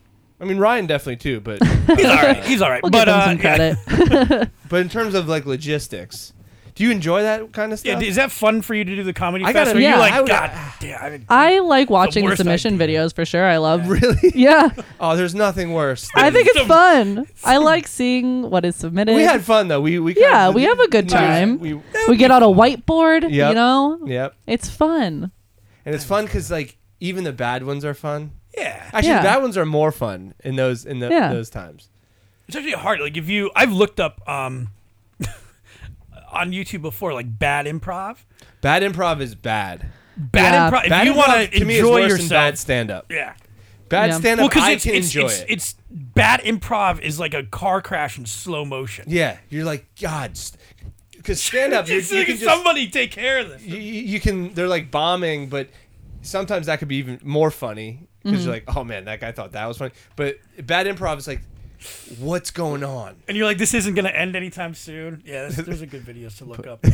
[SPEAKER 2] I mean, Ryan definitely too, but
[SPEAKER 3] He's all right. He's all right.
[SPEAKER 4] We'll
[SPEAKER 3] but
[SPEAKER 4] give them
[SPEAKER 3] uh,
[SPEAKER 4] some
[SPEAKER 3] yeah.
[SPEAKER 4] credit.
[SPEAKER 2] but in terms of like logistics, do you enjoy that kind of
[SPEAKER 3] Yeah,
[SPEAKER 2] stuff?
[SPEAKER 3] is that fun for you to do the comedy?
[SPEAKER 2] I
[SPEAKER 3] fest
[SPEAKER 2] gotta-
[SPEAKER 3] where
[SPEAKER 4] yeah, uh,
[SPEAKER 3] you're like,
[SPEAKER 2] I would-
[SPEAKER 3] God damn.
[SPEAKER 4] I like watching
[SPEAKER 3] worst
[SPEAKER 4] submission videos for sure. I love.
[SPEAKER 2] really?
[SPEAKER 4] Yeah,
[SPEAKER 2] Oh, there's nothing worse.
[SPEAKER 4] I
[SPEAKER 2] than-
[SPEAKER 4] think it's fun. I like seeing what is submitted.
[SPEAKER 2] we had fun though. We we kind
[SPEAKER 4] Yeah,
[SPEAKER 2] of-
[SPEAKER 4] we have a good
[SPEAKER 2] we-
[SPEAKER 4] time.
[SPEAKER 2] We,
[SPEAKER 4] We get on a whiteboard.
[SPEAKER 2] Yep.
[SPEAKER 4] You know,
[SPEAKER 2] yep,
[SPEAKER 4] it's fun.
[SPEAKER 2] and it's fun because like even the bad ones are fun.
[SPEAKER 3] Yeah,
[SPEAKER 2] Actually,
[SPEAKER 4] Yeah.
[SPEAKER 2] the bad ones are more fun in those in the,
[SPEAKER 4] Yeah.
[SPEAKER 2] those times.
[SPEAKER 3] It's actually hard. Like if you, I've looked up um, on YouTube before, like bad improv.
[SPEAKER 2] Bad improv is bad.
[SPEAKER 3] Bad
[SPEAKER 4] Yeah.
[SPEAKER 3] improv. If
[SPEAKER 2] Bad
[SPEAKER 3] you
[SPEAKER 2] improv,
[SPEAKER 3] want
[SPEAKER 2] to
[SPEAKER 3] to
[SPEAKER 2] me is
[SPEAKER 3] enjoy
[SPEAKER 2] worse than
[SPEAKER 3] yourself,
[SPEAKER 2] bad stand up.
[SPEAKER 3] yeah.
[SPEAKER 2] Bad
[SPEAKER 4] Yeah.
[SPEAKER 2] stand
[SPEAKER 3] Well,
[SPEAKER 2] up,
[SPEAKER 3] because
[SPEAKER 2] I
[SPEAKER 3] it's,
[SPEAKER 2] can
[SPEAKER 3] it's,
[SPEAKER 2] enjoy
[SPEAKER 3] it's,
[SPEAKER 2] it.
[SPEAKER 3] it's bad improv is like a car crash in slow motion.
[SPEAKER 2] yeah, you're like God, because stand up, you,
[SPEAKER 3] It's
[SPEAKER 2] you
[SPEAKER 3] like,
[SPEAKER 2] can just
[SPEAKER 3] somebody take care of this.
[SPEAKER 2] you, you you can they're like bombing but sometimes
[SPEAKER 4] Mm-hmm.
[SPEAKER 2] that could be even more funny because you're like oh man that guy thought that was funny but bad improv is like what's going on?
[SPEAKER 3] And you're like, this isn't going to end anytime soon. Yeah, there's, there's a good videos to look up.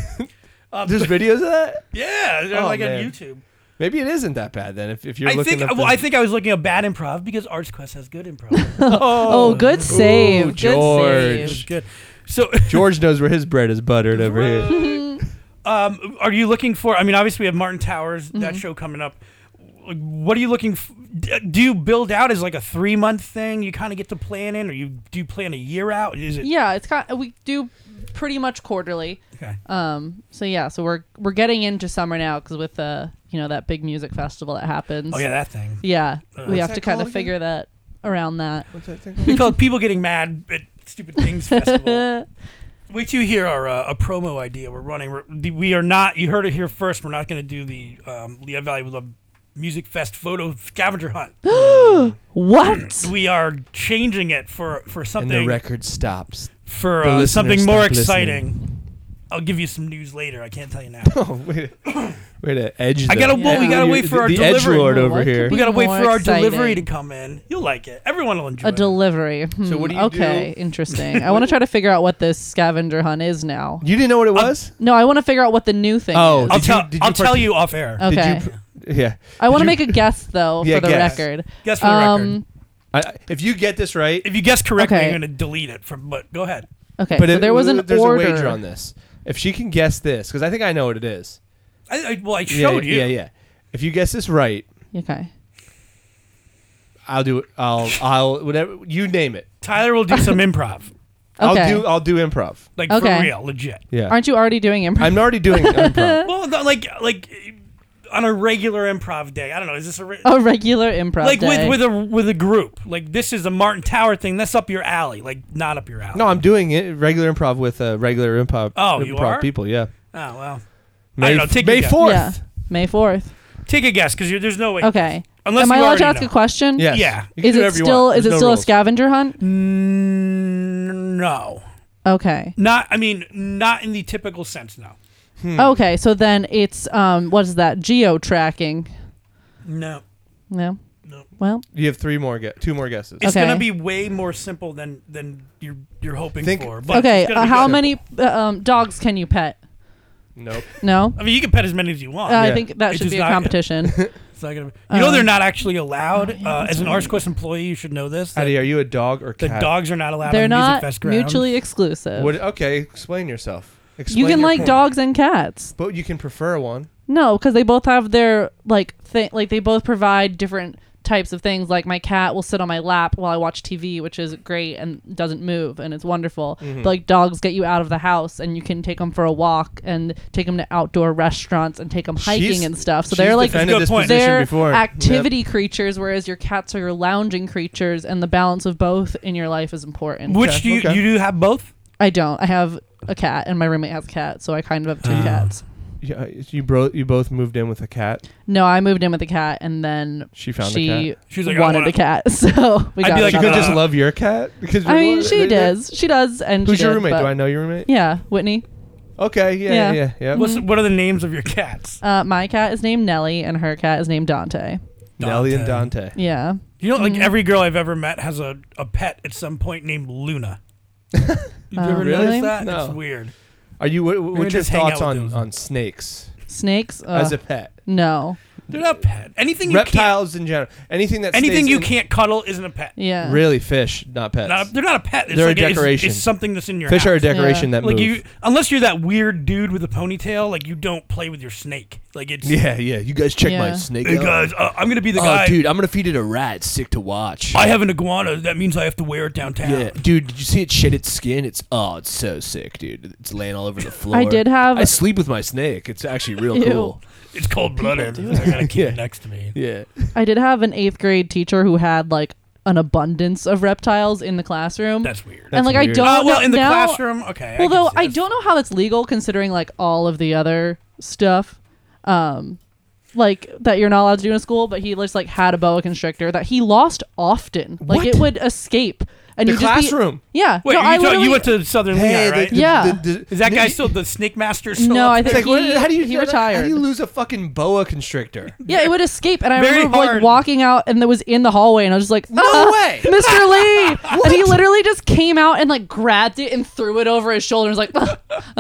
[SPEAKER 3] Um,
[SPEAKER 2] There's videos of that.
[SPEAKER 3] yeah, they're
[SPEAKER 2] Oh,
[SPEAKER 3] like
[SPEAKER 2] man.
[SPEAKER 3] on YouTube.
[SPEAKER 2] Maybe it isn't that bad then. If, if you're
[SPEAKER 3] I
[SPEAKER 2] looking
[SPEAKER 3] think.
[SPEAKER 2] up
[SPEAKER 3] Well,
[SPEAKER 2] the-
[SPEAKER 3] I think I was looking at bad improv because Arts Quest has good improv.
[SPEAKER 4] Oh, good save.
[SPEAKER 2] Ooh,
[SPEAKER 4] good save.
[SPEAKER 2] George.
[SPEAKER 3] It's good. So,
[SPEAKER 2] George knows where his bread is buttered over here.
[SPEAKER 3] um, are you looking for? I mean, obviously we have Martin Towers that show coming up. Like, What are you looking? F- d- do you build out as like a three month thing? You kind of get to plan in, or you do you plan a year out? Is it
[SPEAKER 4] Yeah, it's kind we do pretty much quarterly.
[SPEAKER 3] okay?
[SPEAKER 4] Um so yeah, so we're we're getting into summer now cuz with uh, you know that big music festival that happens.
[SPEAKER 3] Oh yeah, that thing.
[SPEAKER 4] Yeah, we
[SPEAKER 2] Uh, What's
[SPEAKER 4] have
[SPEAKER 2] that
[SPEAKER 4] to kind
[SPEAKER 2] called
[SPEAKER 4] of
[SPEAKER 2] again?
[SPEAKER 4] figure that around that.
[SPEAKER 2] What's that thing?
[SPEAKER 3] We call it people getting mad at stupid things festival. Wait till you hear our uh, a promo idea we're running. We're, the- we are not. You heard it here first. We're not going to do the um, Lehigh Valley with a Music Fest photo scavenger hunt.
[SPEAKER 4] what?
[SPEAKER 3] We are changing it for for
[SPEAKER 2] And the
[SPEAKER 3] something
[SPEAKER 2] record stops.
[SPEAKER 3] for
[SPEAKER 2] the
[SPEAKER 3] uh,
[SPEAKER 2] listeners
[SPEAKER 3] something more
[SPEAKER 2] stop listening.
[SPEAKER 3] exciting. I'll give you some news later. I can't tell you now.
[SPEAKER 2] Oh, wait, wait to edge.
[SPEAKER 3] I
[SPEAKER 2] them.
[SPEAKER 3] gotta- well,
[SPEAKER 4] we
[SPEAKER 3] gotta wait
[SPEAKER 2] The-
[SPEAKER 3] for our
[SPEAKER 2] the edge
[SPEAKER 3] delivery.
[SPEAKER 2] lord over
[SPEAKER 4] What could
[SPEAKER 2] here.
[SPEAKER 4] be
[SPEAKER 3] we gotta wait
[SPEAKER 4] more
[SPEAKER 3] for our
[SPEAKER 4] exciting.
[SPEAKER 3] delivery to come in. You'll like it. Everyone will enjoy.
[SPEAKER 4] A
[SPEAKER 3] it.
[SPEAKER 4] delivery.
[SPEAKER 2] So
[SPEAKER 4] Hmm,
[SPEAKER 2] what do you
[SPEAKER 4] okay,
[SPEAKER 2] do?
[SPEAKER 4] interesting. I want to try to figure out what this scavenger hunt is now.
[SPEAKER 2] You didn't know what it was?
[SPEAKER 4] No, I want to figure out what the new thing
[SPEAKER 2] Oh,
[SPEAKER 4] is.
[SPEAKER 3] I'll
[SPEAKER 2] Did you-
[SPEAKER 3] tell.
[SPEAKER 2] did you
[SPEAKER 3] I'll tell
[SPEAKER 2] partic-
[SPEAKER 3] you off air.
[SPEAKER 4] Okay.
[SPEAKER 2] Did you? pr- Yeah.
[SPEAKER 4] I want to
[SPEAKER 2] Did
[SPEAKER 4] make a guess though
[SPEAKER 2] Yeah,
[SPEAKER 4] for the
[SPEAKER 2] guess.
[SPEAKER 4] record. Um,
[SPEAKER 3] Guess for the record.
[SPEAKER 2] I, I- if you get this right,
[SPEAKER 3] If you guess correctly,
[SPEAKER 4] okay.
[SPEAKER 3] you're gonna delete it from. But go ahead.
[SPEAKER 4] Okay,
[SPEAKER 2] but
[SPEAKER 4] so
[SPEAKER 2] it-
[SPEAKER 4] there was an
[SPEAKER 2] there's
[SPEAKER 4] order.
[SPEAKER 2] a wager on this. If she can guess this, because I think I know what it is.
[SPEAKER 3] I, I, well, I
[SPEAKER 2] Yeah,
[SPEAKER 3] showed
[SPEAKER 2] yeah,
[SPEAKER 3] you.
[SPEAKER 2] Yeah, yeah. If you guess this right,
[SPEAKER 4] Okay.
[SPEAKER 2] I'll do it. I'll, I'll, whatever you name it.
[SPEAKER 3] Tyler will do some improv.
[SPEAKER 4] Okay.
[SPEAKER 2] I'll do, I'll do improv.
[SPEAKER 3] Like
[SPEAKER 4] Okay.
[SPEAKER 3] for real, legit.
[SPEAKER 2] Yeah.
[SPEAKER 4] Aren't you already doing improv?
[SPEAKER 2] I'm already doing improv.
[SPEAKER 3] Well, no, like like on a regular improv day. I don't know. Is this a re-
[SPEAKER 4] a regular Oh, improv
[SPEAKER 3] like
[SPEAKER 4] day.
[SPEAKER 3] with with a with a group? Like this is a Martin Tower thing. That's up your alley. Like not up your alley.
[SPEAKER 2] No, I'm doing it regular improv with uh, regular improv.
[SPEAKER 3] Oh,
[SPEAKER 2] improv
[SPEAKER 3] you are?
[SPEAKER 2] people. Yeah.
[SPEAKER 3] Oh well.
[SPEAKER 2] May,
[SPEAKER 3] know, take a
[SPEAKER 2] May
[SPEAKER 3] guess.
[SPEAKER 2] fourth.
[SPEAKER 4] yeah, May fourth.
[SPEAKER 3] Take a guess because there's no way.
[SPEAKER 4] Okay.
[SPEAKER 3] Unless
[SPEAKER 4] Am I
[SPEAKER 3] you
[SPEAKER 4] allowed to
[SPEAKER 3] already
[SPEAKER 4] ask
[SPEAKER 3] know.
[SPEAKER 4] a question?
[SPEAKER 2] Yes.
[SPEAKER 3] Yeah.
[SPEAKER 2] You can
[SPEAKER 4] Is
[SPEAKER 2] do
[SPEAKER 4] it
[SPEAKER 2] whatever you
[SPEAKER 4] still
[SPEAKER 2] want.
[SPEAKER 4] is it
[SPEAKER 2] There's no
[SPEAKER 4] still
[SPEAKER 2] rules.
[SPEAKER 4] a scavenger hunt?
[SPEAKER 3] Mm, no.
[SPEAKER 4] Okay.
[SPEAKER 3] Not. I mean, not in the typical sense. No.
[SPEAKER 2] Hmm.
[SPEAKER 4] Okay. So then it's um what is that? Geo tracking.
[SPEAKER 3] No.
[SPEAKER 4] No.
[SPEAKER 3] No.
[SPEAKER 4] Well,
[SPEAKER 2] You have three more, gue- two more guesses.
[SPEAKER 3] It's
[SPEAKER 4] Okay.
[SPEAKER 3] gonna be way more simple than than you're you're hoping
[SPEAKER 2] Think-
[SPEAKER 3] for. But
[SPEAKER 4] okay.
[SPEAKER 3] it's gonna
[SPEAKER 4] Uh,
[SPEAKER 3] be
[SPEAKER 4] how
[SPEAKER 3] good.
[SPEAKER 4] many uh, um, dogs can you pet?
[SPEAKER 2] Nope.
[SPEAKER 4] No.
[SPEAKER 3] I mean, you can pet as many as you want.
[SPEAKER 4] I
[SPEAKER 2] Yeah.
[SPEAKER 4] think
[SPEAKER 3] Uh,
[SPEAKER 4] that
[SPEAKER 3] It
[SPEAKER 4] should
[SPEAKER 3] does
[SPEAKER 4] be a
[SPEAKER 3] not-
[SPEAKER 4] competition.
[SPEAKER 3] It's not gonna be. You know
[SPEAKER 4] Um,
[SPEAKER 3] they're not actually allowed.
[SPEAKER 4] yeah,
[SPEAKER 3] uh,
[SPEAKER 4] that's
[SPEAKER 3] as an
[SPEAKER 4] right.
[SPEAKER 3] Arts Quest employee, you should know this. That
[SPEAKER 2] Addy, are you a dog or
[SPEAKER 3] the
[SPEAKER 2] cat?
[SPEAKER 3] dogs are not allowed.
[SPEAKER 4] They're
[SPEAKER 3] on
[SPEAKER 4] not
[SPEAKER 3] music fest grounds.
[SPEAKER 4] mutually exclusive.
[SPEAKER 2] What, okay, explain yourself. Explain
[SPEAKER 4] you can
[SPEAKER 2] your
[SPEAKER 4] like
[SPEAKER 2] point.
[SPEAKER 4] dogs and cats.
[SPEAKER 2] but you can prefer one.
[SPEAKER 4] No, because they both have their like thing. Like they both provide different types of things. Like my cat will sit on my lap while I watch TV, which is great and doesn't move, and it's wonderful.
[SPEAKER 3] Mm-hmm.
[SPEAKER 4] But like dogs get you out of the house, and you can take them for a walk, and take them to outdoor restaurants, and take them hiking
[SPEAKER 2] She's-
[SPEAKER 4] and stuff. So
[SPEAKER 2] she's
[SPEAKER 4] they're like
[SPEAKER 2] defended
[SPEAKER 3] Good
[SPEAKER 2] this
[SPEAKER 3] point.
[SPEAKER 2] position
[SPEAKER 4] they're
[SPEAKER 2] before.
[SPEAKER 4] activity creatures, whereas your cats are your lounging creatures, and the balance of both in your life is important.
[SPEAKER 3] Which
[SPEAKER 2] Okay,
[SPEAKER 3] do you,
[SPEAKER 2] okay.
[SPEAKER 3] you do have both?
[SPEAKER 4] I don't. I have a cat, and my roommate has a cat, so I kind of have two
[SPEAKER 3] Oh.
[SPEAKER 4] cats.
[SPEAKER 2] Yep. Yeah, you bro, you both moved in with a cat.
[SPEAKER 4] No, I moved in with a cat, and then
[SPEAKER 2] She found
[SPEAKER 4] she
[SPEAKER 2] a cat.
[SPEAKER 3] She's like, I
[SPEAKER 4] wanted
[SPEAKER 3] wanna-
[SPEAKER 4] a cat, so we
[SPEAKER 3] I'd
[SPEAKER 4] got
[SPEAKER 3] be
[SPEAKER 2] She
[SPEAKER 3] like,
[SPEAKER 4] another
[SPEAKER 2] could just
[SPEAKER 4] one.
[SPEAKER 3] uh,
[SPEAKER 2] love your cat because
[SPEAKER 4] I mean,
[SPEAKER 2] we-
[SPEAKER 4] she does. She does, and
[SPEAKER 2] Who's
[SPEAKER 4] she
[SPEAKER 2] your
[SPEAKER 4] did,
[SPEAKER 2] roommate?
[SPEAKER 4] but-
[SPEAKER 2] Do I know your roommate?
[SPEAKER 4] Yeah, Whitney.
[SPEAKER 2] Okay. Yeah. Yeah.
[SPEAKER 4] Yeah.
[SPEAKER 2] Yeah. yeah.
[SPEAKER 3] What's, what are the names of your cats?
[SPEAKER 4] Uh, my cat is named Nellie, and her cat is named Dante.
[SPEAKER 2] Nelly and Dante.
[SPEAKER 4] Yeah,
[SPEAKER 3] You know, like
[SPEAKER 4] Mm.
[SPEAKER 3] every girl I've ever met has a, a pet at some point named Luna. you
[SPEAKER 4] Oh,
[SPEAKER 3] ever
[SPEAKER 4] really?
[SPEAKER 3] noticed that?
[SPEAKER 2] No.
[SPEAKER 3] It's weird.
[SPEAKER 2] Are you? What, what's your
[SPEAKER 3] just hang out
[SPEAKER 2] thoughts
[SPEAKER 3] with
[SPEAKER 2] on
[SPEAKER 3] those.
[SPEAKER 2] on snakes
[SPEAKER 4] snakes.
[SPEAKER 2] as
[SPEAKER 4] Ugh,
[SPEAKER 2] a pet?
[SPEAKER 4] no.
[SPEAKER 3] They're not pet. Anything you can't,
[SPEAKER 2] Reptiles in general. Anything that stays
[SPEAKER 3] anything you
[SPEAKER 2] in-
[SPEAKER 3] can't cuddle isn't a pet.
[SPEAKER 4] Yeah.
[SPEAKER 2] Really, fish, not pets.
[SPEAKER 3] Not a- they're not a pet. It's
[SPEAKER 2] They're a
[SPEAKER 3] like it's-
[SPEAKER 2] decoration.
[SPEAKER 3] It's, something that's in your
[SPEAKER 2] fish are a
[SPEAKER 3] house.
[SPEAKER 2] decoration
[SPEAKER 4] Yeah.
[SPEAKER 2] that
[SPEAKER 3] like
[SPEAKER 2] move.
[SPEAKER 3] you, unless you're that weird dude with a ponytail, like you don't play with your snake. Like it's
[SPEAKER 2] yeah. Yeah. You guys check my
[SPEAKER 4] Yeah.
[SPEAKER 2] snake.
[SPEAKER 3] Hey
[SPEAKER 2] out.
[SPEAKER 3] guys, uh, I'm gonna be the guy.
[SPEAKER 2] Oh, dude, I'm gonna feed it a rat. It's sick to watch.
[SPEAKER 3] I have an iguana. That means I have to wear it downtown.
[SPEAKER 2] Yeah, dude, did you see it shed its skin? It's oh, it's so sick, dude. It's laying all over the floor.
[SPEAKER 4] I did have-
[SPEAKER 2] I sleep with my snake. It's actually real
[SPEAKER 4] Ew.
[SPEAKER 2] cool.
[SPEAKER 3] It's cold blooded. I gotta keep
[SPEAKER 2] Yeah.
[SPEAKER 3] it next to me.
[SPEAKER 2] Yeah.
[SPEAKER 4] I did have an eighth grade teacher who had like an abundance of reptiles in the classroom,
[SPEAKER 3] That's weird.
[SPEAKER 4] and
[SPEAKER 2] That's
[SPEAKER 4] like I
[SPEAKER 2] weird.
[SPEAKER 4] don't
[SPEAKER 3] Uh, well,
[SPEAKER 4] know-
[SPEAKER 3] in the
[SPEAKER 4] now-
[SPEAKER 3] classroom, okay. can
[SPEAKER 4] Although
[SPEAKER 3] see
[SPEAKER 4] I
[SPEAKER 3] that.
[SPEAKER 4] don't know how that's legal, considering like all of the other stuff, um, like that you're not allowed to do in a school. But he just like had a boa constrictor that he lost often. Like
[SPEAKER 2] What?
[SPEAKER 4] it would escape, and
[SPEAKER 2] The
[SPEAKER 4] you'd just be-
[SPEAKER 2] classroom?
[SPEAKER 4] Yeah.
[SPEAKER 3] Wait,
[SPEAKER 4] no,
[SPEAKER 3] you, talk-
[SPEAKER 4] I
[SPEAKER 3] you
[SPEAKER 4] literally-
[SPEAKER 3] went to Southern
[SPEAKER 2] Hey,
[SPEAKER 3] Lehigh,
[SPEAKER 2] the-
[SPEAKER 3] right?
[SPEAKER 2] the-
[SPEAKER 4] Yeah.
[SPEAKER 2] the- the-
[SPEAKER 3] Is that
[SPEAKER 2] the-
[SPEAKER 3] guy still the snake master? Still
[SPEAKER 4] No, I
[SPEAKER 3] up
[SPEAKER 4] think
[SPEAKER 2] It's like, what-
[SPEAKER 4] he-
[SPEAKER 2] how do you
[SPEAKER 4] he
[SPEAKER 2] how do- How
[SPEAKER 4] retired.
[SPEAKER 2] do you lose a fucking boa constrictor?
[SPEAKER 4] Yeah, it would escape, and I
[SPEAKER 3] Very
[SPEAKER 4] remember
[SPEAKER 3] hard.
[SPEAKER 4] like walking out, and it was in the hallway, and I was just like, "No
[SPEAKER 2] way!"
[SPEAKER 4] Mr. Lee!" and he literally just came out and like grabbed it and threw it over his shoulder, and was like, "Oh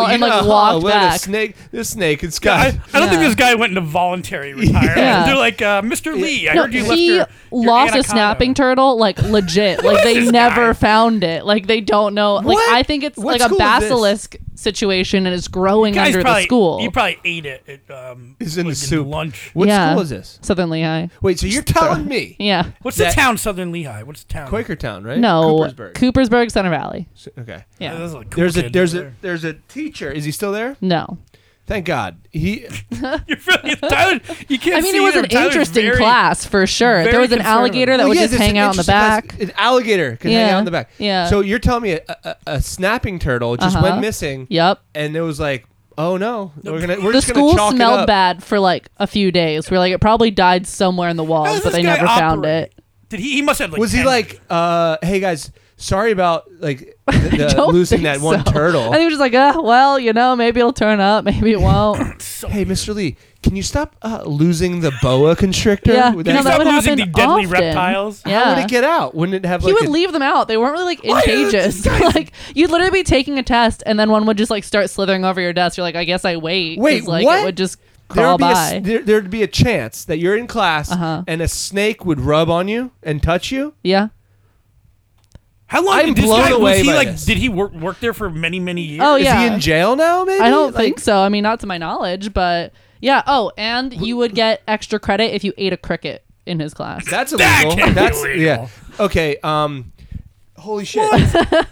[SPEAKER 2] Oh, you
[SPEAKER 4] and
[SPEAKER 2] know,
[SPEAKER 4] like
[SPEAKER 2] oh,
[SPEAKER 4] walked
[SPEAKER 2] what a
[SPEAKER 4] back.
[SPEAKER 2] snake, this snake, it's
[SPEAKER 3] there?
[SPEAKER 2] got.
[SPEAKER 3] I, I don't think
[SPEAKER 4] Yeah.
[SPEAKER 3] this guy went into voluntary retirement.
[SPEAKER 4] Yeah.
[SPEAKER 3] They're like, uh, Mr. Lee, I
[SPEAKER 4] no,
[SPEAKER 3] heard you left
[SPEAKER 4] he
[SPEAKER 3] your, your
[SPEAKER 4] lost a
[SPEAKER 3] anaconda."
[SPEAKER 4] snapping turtle, like legit. like they
[SPEAKER 3] this
[SPEAKER 4] never
[SPEAKER 3] guy?
[SPEAKER 4] found it. Like they don't know. Like
[SPEAKER 2] What?
[SPEAKER 4] I think it's
[SPEAKER 2] What
[SPEAKER 4] like a
[SPEAKER 2] school is this?
[SPEAKER 4] basilisk situation, and it's growing
[SPEAKER 3] Guy's
[SPEAKER 4] under
[SPEAKER 3] probably,
[SPEAKER 4] the school.
[SPEAKER 3] He probably ate it. At, um,
[SPEAKER 2] It's in
[SPEAKER 3] like
[SPEAKER 2] the soup.
[SPEAKER 3] lunch.
[SPEAKER 2] what
[SPEAKER 4] Yeah.
[SPEAKER 2] school is this?
[SPEAKER 4] Southern Lehigh.
[SPEAKER 2] Wait, so you're telling me
[SPEAKER 4] Yeah.
[SPEAKER 3] What's
[SPEAKER 2] That-
[SPEAKER 3] the town Southern Lehigh? What's the town?
[SPEAKER 2] Quakertown, right?
[SPEAKER 4] No.
[SPEAKER 2] Coopersburg.
[SPEAKER 4] Coopersburg, Center Valley.
[SPEAKER 2] So- okay.
[SPEAKER 3] Uh,
[SPEAKER 4] Yeah.
[SPEAKER 3] those are cool
[SPEAKER 2] There's a
[SPEAKER 3] kids
[SPEAKER 2] there's a
[SPEAKER 3] over
[SPEAKER 2] there's a teacher. Is he still there?
[SPEAKER 4] No.
[SPEAKER 2] Thank God. He
[SPEAKER 3] there. You're really Tyler. You can't.
[SPEAKER 4] I mean,
[SPEAKER 3] see
[SPEAKER 4] it was
[SPEAKER 3] either.
[SPEAKER 4] an
[SPEAKER 3] Tyler's
[SPEAKER 4] interesting
[SPEAKER 3] very-
[SPEAKER 4] class for sure. There
[SPEAKER 3] very
[SPEAKER 4] was an
[SPEAKER 3] conservative.
[SPEAKER 4] alligator that
[SPEAKER 2] Well,
[SPEAKER 4] would
[SPEAKER 2] yeah,
[SPEAKER 4] just
[SPEAKER 2] it's
[SPEAKER 4] hang
[SPEAKER 2] an
[SPEAKER 4] out in the
[SPEAKER 2] interesting
[SPEAKER 4] back.
[SPEAKER 2] class. An alligator can hang
[SPEAKER 4] Yeah.
[SPEAKER 2] out in the back.
[SPEAKER 4] Yeah.
[SPEAKER 2] So you're telling me a, a, a snapping turtle just
[SPEAKER 4] Uh-huh.
[SPEAKER 2] went missing,
[SPEAKER 4] Yep.
[SPEAKER 2] and it was like, oh no, we're gonna we're
[SPEAKER 4] The
[SPEAKER 2] just gonna
[SPEAKER 4] school
[SPEAKER 2] chalk it
[SPEAKER 4] smelled
[SPEAKER 2] up.
[SPEAKER 4] bad for like a few days. We're like, it probably died somewhere in the
[SPEAKER 3] How
[SPEAKER 4] walls,
[SPEAKER 3] does
[SPEAKER 4] but
[SPEAKER 3] this
[SPEAKER 4] they
[SPEAKER 3] guy
[SPEAKER 4] never found
[SPEAKER 3] operate?
[SPEAKER 4] it.
[SPEAKER 3] Did he? He must have like.
[SPEAKER 2] Was he
[SPEAKER 3] 10.
[SPEAKER 2] like, uh, hey guys, sorry about like the, the
[SPEAKER 4] Don't
[SPEAKER 2] losing
[SPEAKER 4] think
[SPEAKER 2] that one
[SPEAKER 4] so.
[SPEAKER 2] turtle.
[SPEAKER 4] I think we're just like, uh, well, you know, maybe it'll turn up, maybe it won't.
[SPEAKER 3] So
[SPEAKER 2] hey, Mr. Lee, can you stop uh, losing the boa constrictor?
[SPEAKER 4] Yeah,
[SPEAKER 2] Would
[SPEAKER 4] you
[SPEAKER 2] that-
[SPEAKER 4] know, that
[SPEAKER 3] Stop
[SPEAKER 4] would
[SPEAKER 3] losing
[SPEAKER 4] happen
[SPEAKER 3] the deadly
[SPEAKER 4] often.
[SPEAKER 3] reptiles? How
[SPEAKER 4] Yeah.
[SPEAKER 2] How would it get out? Wouldn't it have like
[SPEAKER 4] he would
[SPEAKER 2] a-
[SPEAKER 4] leave them out. They weren't really like in
[SPEAKER 2] Why are
[SPEAKER 4] cages. like you'd literally be taking a test, and then one would just like start slithering over your desk. You're like, I guess I wait. 'cause,
[SPEAKER 2] Wait,
[SPEAKER 4] like
[SPEAKER 2] what?
[SPEAKER 4] it would just
[SPEAKER 2] there
[SPEAKER 4] crawl
[SPEAKER 2] would be
[SPEAKER 4] by.
[SPEAKER 2] a, there, there'd be a chance that you're in class
[SPEAKER 4] Uh-huh.
[SPEAKER 2] and a snake would rub on you and touch you.
[SPEAKER 4] yeah.
[SPEAKER 3] How long
[SPEAKER 2] I'm
[SPEAKER 3] did this
[SPEAKER 2] blown
[SPEAKER 3] guy?
[SPEAKER 2] away
[SPEAKER 3] was he
[SPEAKER 2] by
[SPEAKER 3] like?
[SPEAKER 2] this.
[SPEAKER 3] Did he work work there for many many years?
[SPEAKER 4] Oh
[SPEAKER 2] Is
[SPEAKER 4] yeah.
[SPEAKER 2] he in jail now? Maybe
[SPEAKER 4] I don't
[SPEAKER 2] Like,
[SPEAKER 4] think so. I mean, not to my knowledge, but yeah. Oh, and you would get extra credit if you ate a cricket in his class.
[SPEAKER 2] That's
[SPEAKER 3] That
[SPEAKER 2] illegal.
[SPEAKER 3] can't be
[SPEAKER 2] That's
[SPEAKER 3] illegal.
[SPEAKER 2] yeah. Okay. Um. Holy shit.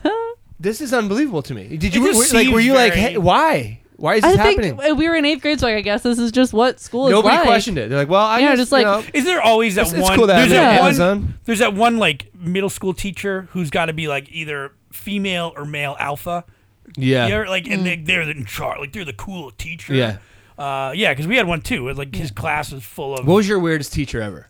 [SPEAKER 2] this is unbelievable to me. Did you
[SPEAKER 3] It just
[SPEAKER 2] were- like? Were
[SPEAKER 3] seems
[SPEAKER 2] you like?
[SPEAKER 3] very-
[SPEAKER 2] Hey, why? Why is this
[SPEAKER 4] I
[SPEAKER 2] happening?
[SPEAKER 4] think Uh, we were in eighth grade, so like, I guess this is just what school is
[SPEAKER 2] Nobody
[SPEAKER 4] like.
[SPEAKER 2] questioned it. They're like, well, I
[SPEAKER 4] Yeah,
[SPEAKER 2] guess,
[SPEAKER 4] just like-
[SPEAKER 2] you know,
[SPEAKER 3] Is there always that
[SPEAKER 2] It's- it's
[SPEAKER 3] one?
[SPEAKER 2] cool to have
[SPEAKER 3] there's
[SPEAKER 2] it
[SPEAKER 4] on
[SPEAKER 3] that one.
[SPEAKER 2] Amazon.
[SPEAKER 3] There's that one like middle school teacher who's got to be like either female or male alpha.
[SPEAKER 2] yeah.
[SPEAKER 3] They're like, and they, they're in charge. Like they're the cool teacher.
[SPEAKER 2] Yeah.
[SPEAKER 3] Uh, yeah, because we had one too. It, like his class was full of.
[SPEAKER 2] What was your weirdest teacher ever?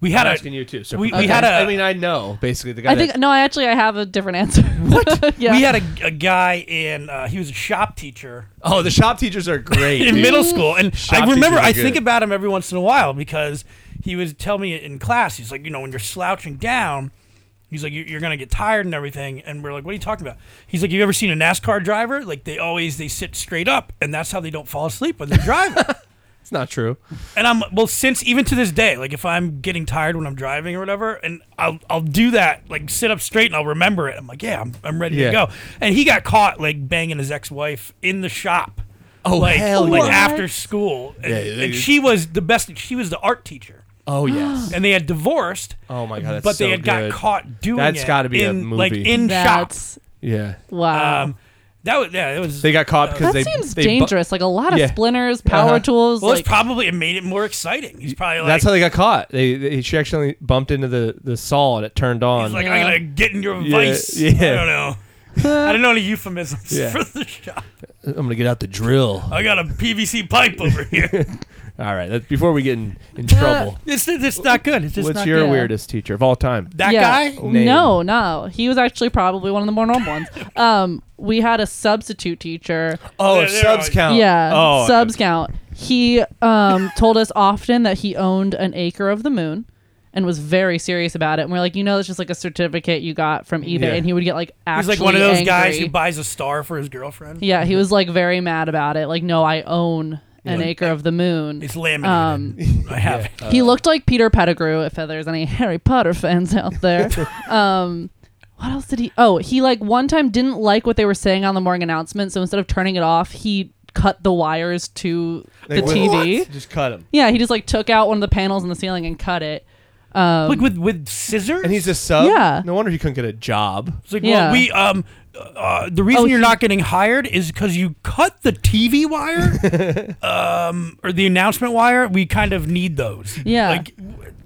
[SPEAKER 3] we had
[SPEAKER 2] I'm
[SPEAKER 3] a.
[SPEAKER 2] asking you too. So
[SPEAKER 3] we- we
[SPEAKER 2] okay.
[SPEAKER 3] had a-
[SPEAKER 2] I mean, I know basically the guy.
[SPEAKER 4] I think no, I actually I have a different answer.
[SPEAKER 2] What?
[SPEAKER 4] yeah.
[SPEAKER 3] We had a, a guy in. Uh, he was a shop teacher
[SPEAKER 2] oh, the shop teachers are great.
[SPEAKER 3] in
[SPEAKER 2] dude.
[SPEAKER 3] middle school, and
[SPEAKER 2] Shop
[SPEAKER 3] I remember
[SPEAKER 2] teachers are
[SPEAKER 3] I think
[SPEAKER 2] good.
[SPEAKER 3] about him every once in a while because he would tell me in class. He's like, you know, when you're slouching down. He's like, "You- you're gonna get tired and everything, and we're like, what are you talking about? He's like, you ever seen a NASCAR driver? Like they always they sit straight up, and that's how they don't fall asleep when they're driving.
[SPEAKER 2] It's not true.
[SPEAKER 3] and I'm well since even to this day, like if I'm getting tired when I'm driving or whatever, and I'll I'll do that, like sit up straight and I'll remember it. I'm like, yeah, I'm, I'm ready
[SPEAKER 2] Yeah.
[SPEAKER 3] to go. And he got caught like banging his ex wife in the shop.
[SPEAKER 2] Oh,
[SPEAKER 3] like,
[SPEAKER 2] hell
[SPEAKER 3] like
[SPEAKER 2] yeah.
[SPEAKER 3] after school. And,
[SPEAKER 2] Yeah, they-
[SPEAKER 3] and she was the best she was the art teacher.
[SPEAKER 2] Oh yes.
[SPEAKER 3] And they had divorced.
[SPEAKER 2] Oh my God, that's
[SPEAKER 3] but they
[SPEAKER 2] so
[SPEAKER 3] had
[SPEAKER 2] good.
[SPEAKER 3] got caught doing
[SPEAKER 2] That's
[SPEAKER 3] it
[SPEAKER 2] gotta be a
[SPEAKER 3] in, Like
[SPEAKER 2] movie.
[SPEAKER 3] in shops.
[SPEAKER 4] That's
[SPEAKER 2] yeah.
[SPEAKER 4] wow.
[SPEAKER 3] Um that was yeah, it was
[SPEAKER 2] They got caught because they
[SPEAKER 4] that seems
[SPEAKER 2] they bu-
[SPEAKER 4] dangerous. like a lot of
[SPEAKER 2] Yeah.
[SPEAKER 4] splinters, power
[SPEAKER 2] Uh-huh.
[SPEAKER 4] tools.
[SPEAKER 3] well,
[SPEAKER 4] like,
[SPEAKER 3] it's probably it made it more exciting. He's probably like
[SPEAKER 2] That's how they got caught. They, they she accidentally bumped into the the saw and it turned on.
[SPEAKER 3] He's like,
[SPEAKER 4] Yeah.
[SPEAKER 3] I'm gonna get in your vice.
[SPEAKER 2] yeah.
[SPEAKER 3] I don't know. I don't know any euphemisms
[SPEAKER 2] Yeah.
[SPEAKER 3] for the shop.
[SPEAKER 2] I'm gonna get out the drill.
[SPEAKER 3] I got a PVC pipe over here. uh,
[SPEAKER 2] All right, that, before we get in, in trouble,
[SPEAKER 3] it's, it's not good. It's just
[SPEAKER 2] what's
[SPEAKER 3] not
[SPEAKER 2] your
[SPEAKER 4] good.
[SPEAKER 2] weirdest teacher of all time?
[SPEAKER 3] that
[SPEAKER 4] Yeah.
[SPEAKER 3] guy.
[SPEAKER 2] Name.
[SPEAKER 4] No, no. He was actually probably one of the more normal ones. Um, we had a substitute teacher.
[SPEAKER 2] Oh,
[SPEAKER 3] They're- they're
[SPEAKER 2] subs
[SPEAKER 3] all-
[SPEAKER 2] count.
[SPEAKER 4] Yeah,
[SPEAKER 2] Oh,
[SPEAKER 4] subs count. He um, told us often that he owned an acre of the moon and was very serious about it. And we're like, you know, it's just like a certificate you got from either.
[SPEAKER 2] Yeah.
[SPEAKER 4] And he would get like
[SPEAKER 3] He's
[SPEAKER 4] actually
[SPEAKER 3] like one of those
[SPEAKER 4] angry.
[SPEAKER 3] guys who buys a star for his girlfriend.
[SPEAKER 4] yeah, he was like very mad about it. Like, no, I own an acre of the moon.
[SPEAKER 3] It's uh, laminated.
[SPEAKER 4] Um,
[SPEAKER 3] I have it.
[SPEAKER 4] he looked like Peter Pettigrew, if there's any Harry Potter fans out there. um, what else did he? Oh, he like one time didn't like what they were saying on the morning announcement, so instead of turning it off, he cut the wires to
[SPEAKER 2] Like,
[SPEAKER 4] the
[SPEAKER 2] what-
[SPEAKER 4] TV.
[SPEAKER 2] Just cut him.
[SPEAKER 4] Yeah, he just like took out one of the panels in the ceiling and cut it. Um,
[SPEAKER 3] like with with scissors.
[SPEAKER 2] And he's a sub.
[SPEAKER 4] Yeah.
[SPEAKER 2] No wonder he couldn't get a job.
[SPEAKER 3] It's like,
[SPEAKER 4] Yeah.
[SPEAKER 3] well, we um, uh, the reason
[SPEAKER 4] Oh,
[SPEAKER 3] you're
[SPEAKER 4] he-
[SPEAKER 3] not getting hired is because you cut the TV wire, um, or the announcement wire. We kind of need those.
[SPEAKER 4] Yeah.
[SPEAKER 3] Like,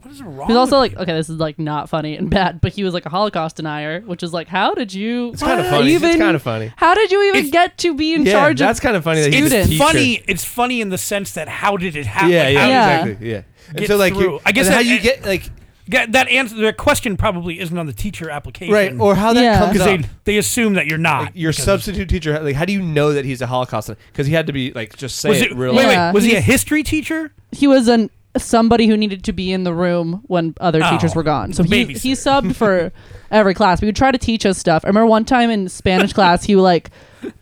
[SPEAKER 3] what is wrong?
[SPEAKER 4] He's also
[SPEAKER 3] with
[SPEAKER 4] like, okay, this is like not funny and bad, but he was like a Holocaust denier, which is like, how did you?
[SPEAKER 2] It's kinda
[SPEAKER 4] What?
[SPEAKER 2] funny. It's
[SPEAKER 4] Even,
[SPEAKER 2] kinda funny.
[SPEAKER 4] How did you even
[SPEAKER 3] It's-
[SPEAKER 4] get to be in
[SPEAKER 2] yeah,
[SPEAKER 4] charge
[SPEAKER 2] that's
[SPEAKER 4] of?
[SPEAKER 2] kind of funny. That he's a
[SPEAKER 4] students.
[SPEAKER 3] it's
[SPEAKER 2] teacher.
[SPEAKER 3] funny. It's funny in the sense that how did it happen?
[SPEAKER 2] Yeah, yeah,
[SPEAKER 4] Yeah.
[SPEAKER 2] exactly. Yeah. And
[SPEAKER 3] Get
[SPEAKER 2] so like,
[SPEAKER 3] through.
[SPEAKER 2] you-
[SPEAKER 3] I guess
[SPEAKER 2] and how
[SPEAKER 3] that-
[SPEAKER 2] you get like
[SPEAKER 3] Yeah, that answer, the question probably isn't on the teacher application,
[SPEAKER 2] right? Or how that
[SPEAKER 4] Yeah.
[SPEAKER 2] comes
[SPEAKER 3] because
[SPEAKER 2] up.
[SPEAKER 3] they they assume that you're not.
[SPEAKER 2] your
[SPEAKER 3] because-
[SPEAKER 2] substitute teacher, like, how do you know that he's a Holocaust? Because he had to be like just say
[SPEAKER 3] was
[SPEAKER 2] it,
[SPEAKER 3] it,
[SPEAKER 2] real.
[SPEAKER 3] wait, wait,
[SPEAKER 4] Yeah.
[SPEAKER 3] was he a history teacher?
[SPEAKER 4] he was an somebody who needed to be in the room when other
[SPEAKER 3] Oh,
[SPEAKER 4] teachers were gone. So he
[SPEAKER 3] babysitter.
[SPEAKER 4] he subbed for every class. But he would try to teach us stuff. I remember one time in Spanish class, he would like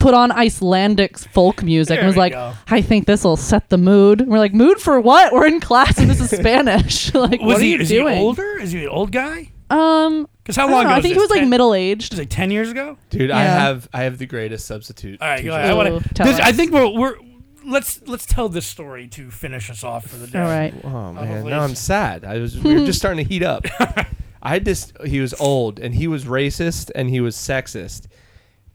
[SPEAKER 4] put on Icelandic folk music
[SPEAKER 3] There
[SPEAKER 4] and was
[SPEAKER 3] we
[SPEAKER 4] like,
[SPEAKER 3] go.
[SPEAKER 4] "I think this will set the mood." And we're like, "Mood for what? We're in class and this is Spanish.
[SPEAKER 3] Was
[SPEAKER 4] like, what
[SPEAKER 3] he
[SPEAKER 4] are you
[SPEAKER 3] is
[SPEAKER 4] doing?"
[SPEAKER 3] he older? Is he an old guy?
[SPEAKER 4] Um,
[SPEAKER 3] Because how
[SPEAKER 4] I, don't
[SPEAKER 3] long
[SPEAKER 4] know.
[SPEAKER 3] ago?
[SPEAKER 4] I think he
[SPEAKER 3] this?
[SPEAKER 4] was like
[SPEAKER 3] Ten-
[SPEAKER 4] middle
[SPEAKER 3] was
[SPEAKER 4] aged.
[SPEAKER 3] it ten years ago?
[SPEAKER 2] Dude, I
[SPEAKER 4] Yeah.
[SPEAKER 2] have I have the greatest substitute.
[SPEAKER 3] All right, go
[SPEAKER 2] teacher.
[SPEAKER 3] ahead. I want
[SPEAKER 4] Ooh,
[SPEAKER 3] to.
[SPEAKER 4] tell
[SPEAKER 3] This, I
[SPEAKER 4] us.
[SPEAKER 3] think we're we're let's let's tell this story to finish us off for the day.
[SPEAKER 4] All right.
[SPEAKER 2] Oh man,
[SPEAKER 3] please.
[SPEAKER 2] now I'm sad. I was we were just starting to heat up. I had this. He was old, and he was racist, and he was sexist,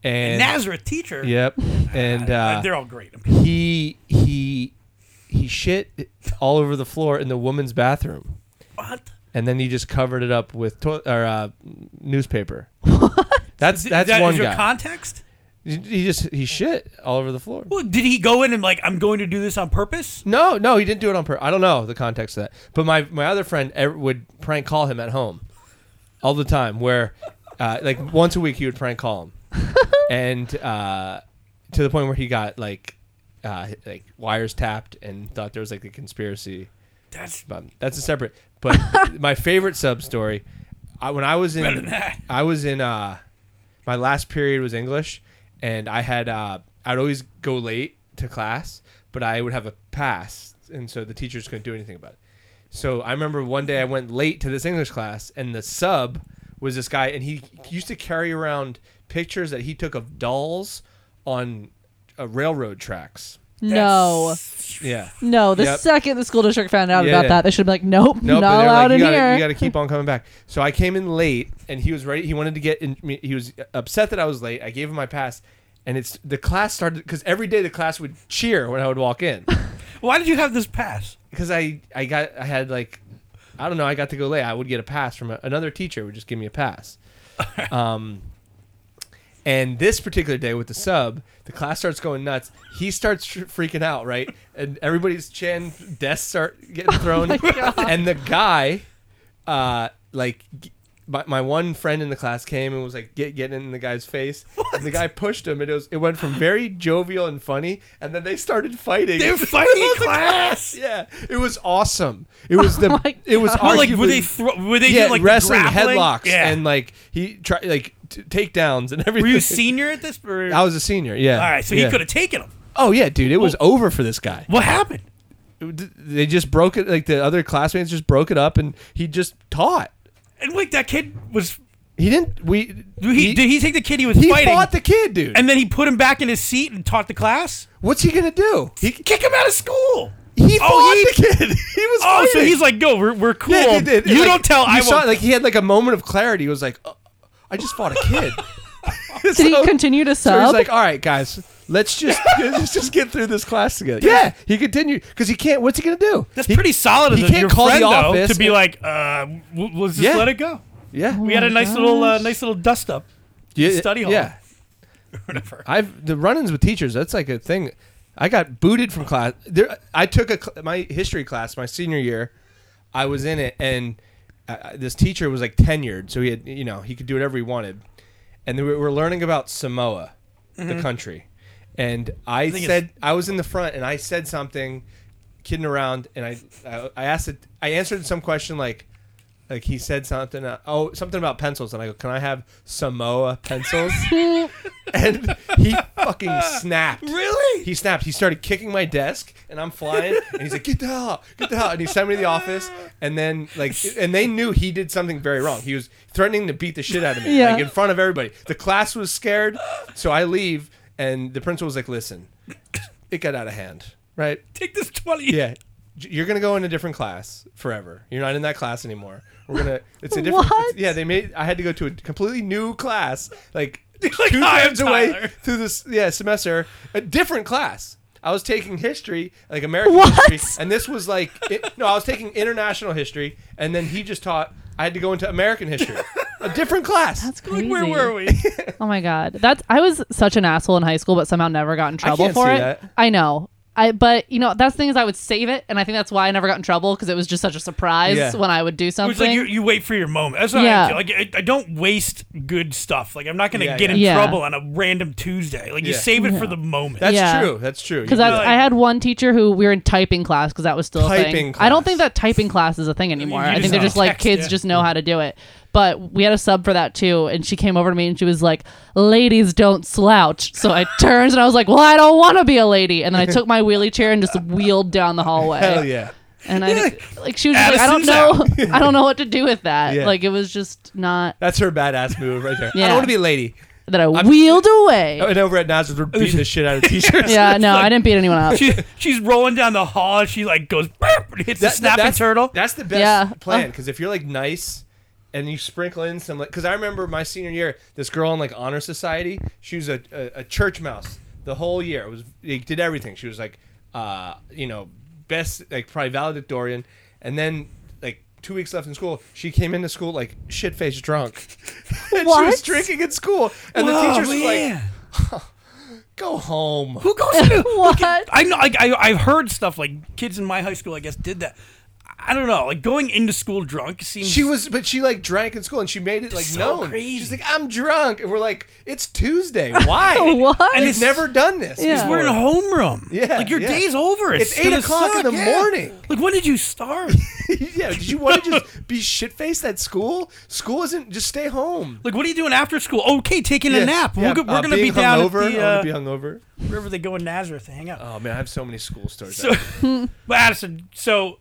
[SPEAKER 2] and
[SPEAKER 3] Nazareth teacher.
[SPEAKER 2] yep, and
[SPEAKER 3] Uh,
[SPEAKER 2] uh,
[SPEAKER 3] they're all great.
[SPEAKER 2] he he he shit all over the floor in the woman's bathroom,
[SPEAKER 3] What?
[SPEAKER 2] and then he just covered it up with to- or uh, newspaper. That's
[SPEAKER 3] Th- that
[SPEAKER 2] that's
[SPEAKER 3] is
[SPEAKER 2] one
[SPEAKER 3] your
[SPEAKER 2] guy.
[SPEAKER 3] context.
[SPEAKER 2] he he just he shit all over the floor.
[SPEAKER 3] Well, did he go in and like I'm going to do this on purpose?
[SPEAKER 2] No, no, he didn't do it on purpose. I don't know the context of that. But my my other friend ev- would prank call him at home all the time, where uh, like once a week he would prank call him, and uh, to the point where he got like uh, like wires tapped and thought there was like a conspiracy.
[SPEAKER 3] That's
[SPEAKER 2] But that's a separate. But my favorite sub story, I, when I was
[SPEAKER 3] better than
[SPEAKER 2] in,
[SPEAKER 3] that.
[SPEAKER 2] I was in uh, my last period was English, and I had uh, I'd always go late to class, but I would have a pass, and so the teachers couldn't do anything about it. So I remember one day I went late to this English class, and the sub was this guy, and he used to carry around pictures that he took of dolls on uh, railroad tracks.
[SPEAKER 4] No,
[SPEAKER 2] Yeah.
[SPEAKER 4] no. The
[SPEAKER 2] Yep.
[SPEAKER 4] second the school district found out
[SPEAKER 2] Yeah,
[SPEAKER 4] about
[SPEAKER 2] yeah.
[SPEAKER 4] that, they should be like, "Nope,
[SPEAKER 2] No, but
[SPEAKER 4] not
[SPEAKER 2] they're like,
[SPEAKER 4] allowed in
[SPEAKER 2] you gotta,
[SPEAKER 4] here."
[SPEAKER 2] You got to keep on coming back. So I came in late, and he was ready. He wanted to get in. me- He was upset that I was late. I gave him my pass, and it's the class started because every day the class would cheer when I would walk in
[SPEAKER 3] Why did you have this pass?
[SPEAKER 2] because I I got I had like I don't know I got to go late. I would get a pass from a, another teacher would just give me a pass. Um, and this particular day with the sub, the class starts going nuts. He starts tr- freaking out, right? And everybody's chin desks start getting thrown. and the guy, uh, like. g- My, my one friend in the class came and was like get, getting in the guy's face. And the guy pushed him, and it was it went from very jovial and funny, and then they started fighting.
[SPEAKER 3] They're fighting class.
[SPEAKER 2] Yeah, it was awesome. It was the.
[SPEAKER 4] my
[SPEAKER 2] it was
[SPEAKER 3] Oh Well,
[SPEAKER 2] arguably,
[SPEAKER 3] like were they thro- were they
[SPEAKER 2] yeah
[SPEAKER 3] doing, like the
[SPEAKER 2] wrestling
[SPEAKER 3] grappling?
[SPEAKER 2] headlocks
[SPEAKER 3] Yeah.
[SPEAKER 2] and like he tried like t- takedowns and everything.
[SPEAKER 3] were you a senior at this? Or?
[SPEAKER 2] I was a senior. Yeah.
[SPEAKER 3] all right, so
[SPEAKER 2] yeah.
[SPEAKER 3] he could have taken him.
[SPEAKER 2] Oh yeah, dude, it was over for this guy.
[SPEAKER 3] What happened?
[SPEAKER 2] D- They just broke it. Like the other classmates just broke it up, and he just taught.
[SPEAKER 3] And like that kid was.
[SPEAKER 2] He didn't. We.
[SPEAKER 3] He, did he take the kid he was
[SPEAKER 2] He
[SPEAKER 3] fighting?
[SPEAKER 2] fought the kid, dude.
[SPEAKER 3] and then he put him back in his seat and taught the class.
[SPEAKER 2] what's he gonna do?
[SPEAKER 3] He kick him out of school.
[SPEAKER 2] He fought
[SPEAKER 3] oh, he-
[SPEAKER 2] the kid. he was.
[SPEAKER 3] Oh, so
[SPEAKER 2] fighting.
[SPEAKER 3] he's like, no, we're, we're cool.
[SPEAKER 2] Yeah, it did.
[SPEAKER 3] you
[SPEAKER 2] Like,
[SPEAKER 3] don't tell.
[SPEAKER 2] you
[SPEAKER 3] I
[SPEAKER 2] saw it,
[SPEAKER 3] won't.
[SPEAKER 2] like he had like a moment of clarity. He was like, "Oh, I just fought a kid.
[SPEAKER 4] Did he continue to
[SPEAKER 2] So
[SPEAKER 4] sub?
[SPEAKER 2] he's like, all right, guys, let's just let's just get through this class together. Yeah, he continued because he can't. What's he gonna do?
[SPEAKER 3] That's
[SPEAKER 2] He-
[SPEAKER 3] pretty solid of
[SPEAKER 2] he
[SPEAKER 3] the-
[SPEAKER 2] can't
[SPEAKER 3] your
[SPEAKER 2] call the
[SPEAKER 3] friend though,
[SPEAKER 2] office
[SPEAKER 3] to be
[SPEAKER 2] and-
[SPEAKER 3] like, uh, w- w- let's just
[SPEAKER 2] Yeah. Oh
[SPEAKER 3] let it go.
[SPEAKER 2] Yeah,
[SPEAKER 3] We had a
[SPEAKER 4] my
[SPEAKER 3] nice little, uh,
[SPEAKER 4] gosh.
[SPEAKER 3] nice little dust up.
[SPEAKER 2] yeah,
[SPEAKER 3] study hall.
[SPEAKER 2] Yeah,
[SPEAKER 3] Whatever.
[SPEAKER 2] I've the run-ins with teachers. That's like a thing. I got booted from class. There, I took a cl- my history class my senior year. I was in it, and uh, this teacher was like tenured, so he had you know he could do whatever he wanted. And we were learning about Samoa, the country, and I,
[SPEAKER 3] think
[SPEAKER 2] said I was in the front, and I said something, kidding around, and I I, I asked it. I answered some question like. Like he said something, uh, oh, something about pencils, and I go, "Can I have Samoa pencils?" and he fucking snapped.
[SPEAKER 3] Really?
[SPEAKER 2] He snapped. He started kicking my desk, and I'm flying. And he's like, "Get the hell, out, get the hell!" out." And he sent me to the office, and then like, and they knew he did something very wrong. He was threatening to beat the shit out of me,
[SPEAKER 4] Yeah.
[SPEAKER 2] like in front of everybody. The class was scared, so I leave, and the principal was like, "Listen, it got out of hand, right?
[SPEAKER 3] Take this twenty.
[SPEAKER 2] Yeah." J- You're gonna go in a different class forever. You're not in that class anymore. We're gonna. It's a different.
[SPEAKER 4] What?
[SPEAKER 2] Yeah, they made. I had to go to a completely new class, like
[SPEAKER 3] Like,
[SPEAKER 2] two
[SPEAKER 3] "Hi, I'm
[SPEAKER 2] times away
[SPEAKER 3] Tyler."
[SPEAKER 2] through this yeah semester a different class i was taking history like american
[SPEAKER 4] What?
[SPEAKER 2] history and this was like it, no i was taking international history and then he just taught i had to go into american history a different class
[SPEAKER 4] That's
[SPEAKER 3] Like,
[SPEAKER 4] crazy.
[SPEAKER 3] where were we?
[SPEAKER 4] Oh my god, that's I was such an asshole in high school, but somehow never got in trouble
[SPEAKER 2] can't
[SPEAKER 4] for
[SPEAKER 2] see
[SPEAKER 4] it.
[SPEAKER 2] that.
[SPEAKER 4] I know. I but you know that's the thing is I would save it, and I think that's why I never got in trouble because it was just such a surprise
[SPEAKER 2] Yeah.
[SPEAKER 4] when I would do
[SPEAKER 3] It
[SPEAKER 4] something.
[SPEAKER 3] was like you, you wait for your moment. That's what
[SPEAKER 4] Yeah.
[SPEAKER 3] I do. Like I, I don't waste good stuff. Like I'm not gonna
[SPEAKER 2] Yeah,
[SPEAKER 3] get
[SPEAKER 2] yeah.
[SPEAKER 3] in
[SPEAKER 4] Yeah.
[SPEAKER 3] trouble on a random Tuesday. Like you
[SPEAKER 2] Yeah.
[SPEAKER 3] save it for the moment.
[SPEAKER 2] That's
[SPEAKER 4] Yeah.
[SPEAKER 2] true. That's true.
[SPEAKER 4] Because
[SPEAKER 2] You-
[SPEAKER 4] I,
[SPEAKER 3] Yeah.
[SPEAKER 4] I had one teacher who we were in typing class because that was still a thing.
[SPEAKER 2] Typing
[SPEAKER 4] I don't
[SPEAKER 2] class.
[SPEAKER 4] think that typing class is a thing anymore.
[SPEAKER 3] You
[SPEAKER 4] I think
[SPEAKER 3] just
[SPEAKER 4] they're just like
[SPEAKER 3] text,
[SPEAKER 4] kids
[SPEAKER 3] yeah.
[SPEAKER 4] just know how to do it. But we had a sub for that too, and she came over to me and she was like, "Ladies don't slouch." So I turned and I was like, "Well, I don't want to be a lady." And then I took my wheelie chair and just wheeled down the hallway.
[SPEAKER 2] hell yeah.
[SPEAKER 4] And I think- like she was just like, "I don't
[SPEAKER 3] Addison's
[SPEAKER 4] know, I don't know what to do with that."
[SPEAKER 2] Yeah.
[SPEAKER 4] Like it was just not
[SPEAKER 2] That's her badass move right there. I
[SPEAKER 4] Yeah.
[SPEAKER 2] don't want to be a lady.
[SPEAKER 4] that I wheeled away.
[SPEAKER 2] And over at Nazareth, we're beating the shit out of t-shirts.
[SPEAKER 4] Yeah, no, I didn't beat anyone up.
[SPEAKER 3] She, she's rolling down the hall and she like goes "Burp," and hits the
[SPEAKER 2] That-
[SPEAKER 3] snapping
[SPEAKER 2] that's-
[SPEAKER 3] turtle.
[SPEAKER 2] That's the best
[SPEAKER 4] Yeah. Uh.
[SPEAKER 2] plan because if you're like nice and you sprinkle in some like, because I remember my senior year, this girl in like honor society, she was a, a, a church mouse the whole year. It was they did everything. She was like, uh, you know, best like probably valedictorian, and then like two weeks left in school, she came into school like shit faced drunk, and she was
[SPEAKER 4] What?
[SPEAKER 2] drinking at school, and the
[SPEAKER 3] Whoa,
[SPEAKER 2] teachers was like,
[SPEAKER 3] Oh, man.
[SPEAKER 2] go home.
[SPEAKER 3] Who goes to
[SPEAKER 4] What?
[SPEAKER 3] I know. Like, I I've heard stuff like kids in my high school. I guess did that. I don't know. Like going into school drunk seems.
[SPEAKER 2] She was, but she like drank in school, and she made it like
[SPEAKER 3] So
[SPEAKER 2] known.
[SPEAKER 3] crazy.
[SPEAKER 2] She's like, "I'm drunk," and we're like, "It's Tuesday. Why?
[SPEAKER 4] What?
[SPEAKER 2] And
[SPEAKER 3] And
[SPEAKER 2] it's
[SPEAKER 3] it's-
[SPEAKER 2] never done this.
[SPEAKER 4] Yeah.
[SPEAKER 2] before."
[SPEAKER 3] we're in a homeroom.
[SPEAKER 2] Yeah,
[SPEAKER 3] Like your
[SPEAKER 2] yeah.
[SPEAKER 3] day's over. It's,
[SPEAKER 2] It's eight
[SPEAKER 3] gonna
[SPEAKER 2] o'clock in
[SPEAKER 3] suck,
[SPEAKER 2] the
[SPEAKER 3] yeah.
[SPEAKER 2] morning.
[SPEAKER 3] Like when did you start?
[SPEAKER 2] yeah. Did you want to just be shit faced at school? School isn't. Just stay home.
[SPEAKER 3] like what are you doing after school? Okay, taking
[SPEAKER 2] Yeah,
[SPEAKER 3] a nap.
[SPEAKER 2] yeah,
[SPEAKER 3] we're go- we're
[SPEAKER 2] uh,
[SPEAKER 3] gonna be
[SPEAKER 2] being
[SPEAKER 3] down
[SPEAKER 2] hungover.
[SPEAKER 3] at the
[SPEAKER 2] I
[SPEAKER 3] uh,
[SPEAKER 2] wanna be hungover.
[SPEAKER 3] wherever they go in Nazareth to hang out.
[SPEAKER 2] Oh man, I have so many school stories.
[SPEAKER 3] So, but Addison, so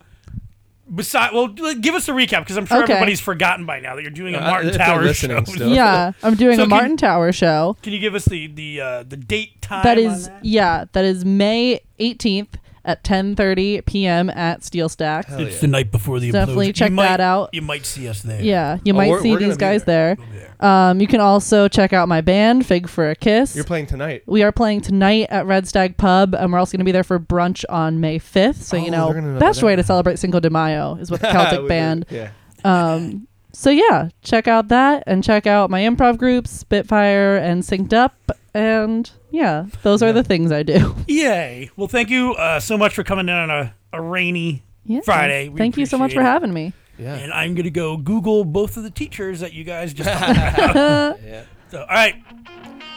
[SPEAKER 3] beside, well, l- give us a recap because I'm sure
[SPEAKER 4] Okay.
[SPEAKER 3] everybody's forgotten by now that you're doing a
[SPEAKER 2] Uh,
[SPEAKER 3] Martin
[SPEAKER 2] if they're
[SPEAKER 3] Tower show.
[SPEAKER 2] listening still.
[SPEAKER 4] Yeah, I'm doing
[SPEAKER 3] So
[SPEAKER 4] a
[SPEAKER 3] can-
[SPEAKER 4] Martin Tower show.
[SPEAKER 3] Can you give us the the uh, the date time?
[SPEAKER 4] that
[SPEAKER 3] on
[SPEAKER 4] is
[SPEAKER 3] that?
[SPEAKER 4] yeah that is may 18th at 10:30 p.m. at Steel Stacks.
[SPEAKER 2] Hell yeah.
[SPEAKER 3] the night before the
[SPEAKER 4] Definitely
[SPEAKER 3] implosion.
[SPEAKER 4] check
[SPEAKER 3] You might-
[SPEAKER 4] that out.
[SPEAKER 3] You might see us there.
[SPEAKER 4] Yeah, you
[SPEAKER 2] Oh,
[SPEAKER 4] might
[SPEAKER 2] we're-
[SPEAKER 4] see
[SPEAKER 2] we're gonna
[SPEAKER 4] these
[SPEAKER 2] be
[SPEAKER 4] guys
[SPEAKER 2] there.
[SPEAKER 4] there.
[SPEAKER 3] We'll be there.
[SPEAKER 4] Um, you can also check out my band Fig for a Kiss.
[SPEAKER 2] You're playing tonight.
[SPEAKER 4] we are playing tonight at Red Stag Pub, and we're also going to be there for brunch on May 5th. So
[SPEAKER 2] Oh,
[SPEAKER 4] you know,
[SPEAKER 2] they're gonna be
[SPEAKER 4] best
[SPEAKER 2] there.
[SPEAKER 4] way to celebrate Cinco de Mayo is with the Celtic
[SPEAKER 2] We-
[SPEAKER 4] band.
[SPEAKER 2] Yeah.
[SPEAKER 4] Um, so yeah, check out that and check out my improv groups Spitfire and Synced Up, and yeah, those are the things I do.
[SPEAKER 3] Yay! Well, thank you uh, so much for coming in on a, a rainy
[SPEAKER 4] Yeah.
[SPEAKER 3] Friday. We
[SPEAKER 4] Thank you so much for
[SPEAKER 3] appreciate it.
[SPEAKER 4] having me.
[SPEAKER 2] Yeah.
[SPEAKER 3] And I'm gonna go Google both of the teachers that you guys just. talked about.
[SPEAKER 2] yeah.
[SPEAKER 3] so, all right.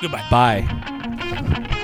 [SPEAKER 3] Goodbye.
[SPEAKER 2] Bye.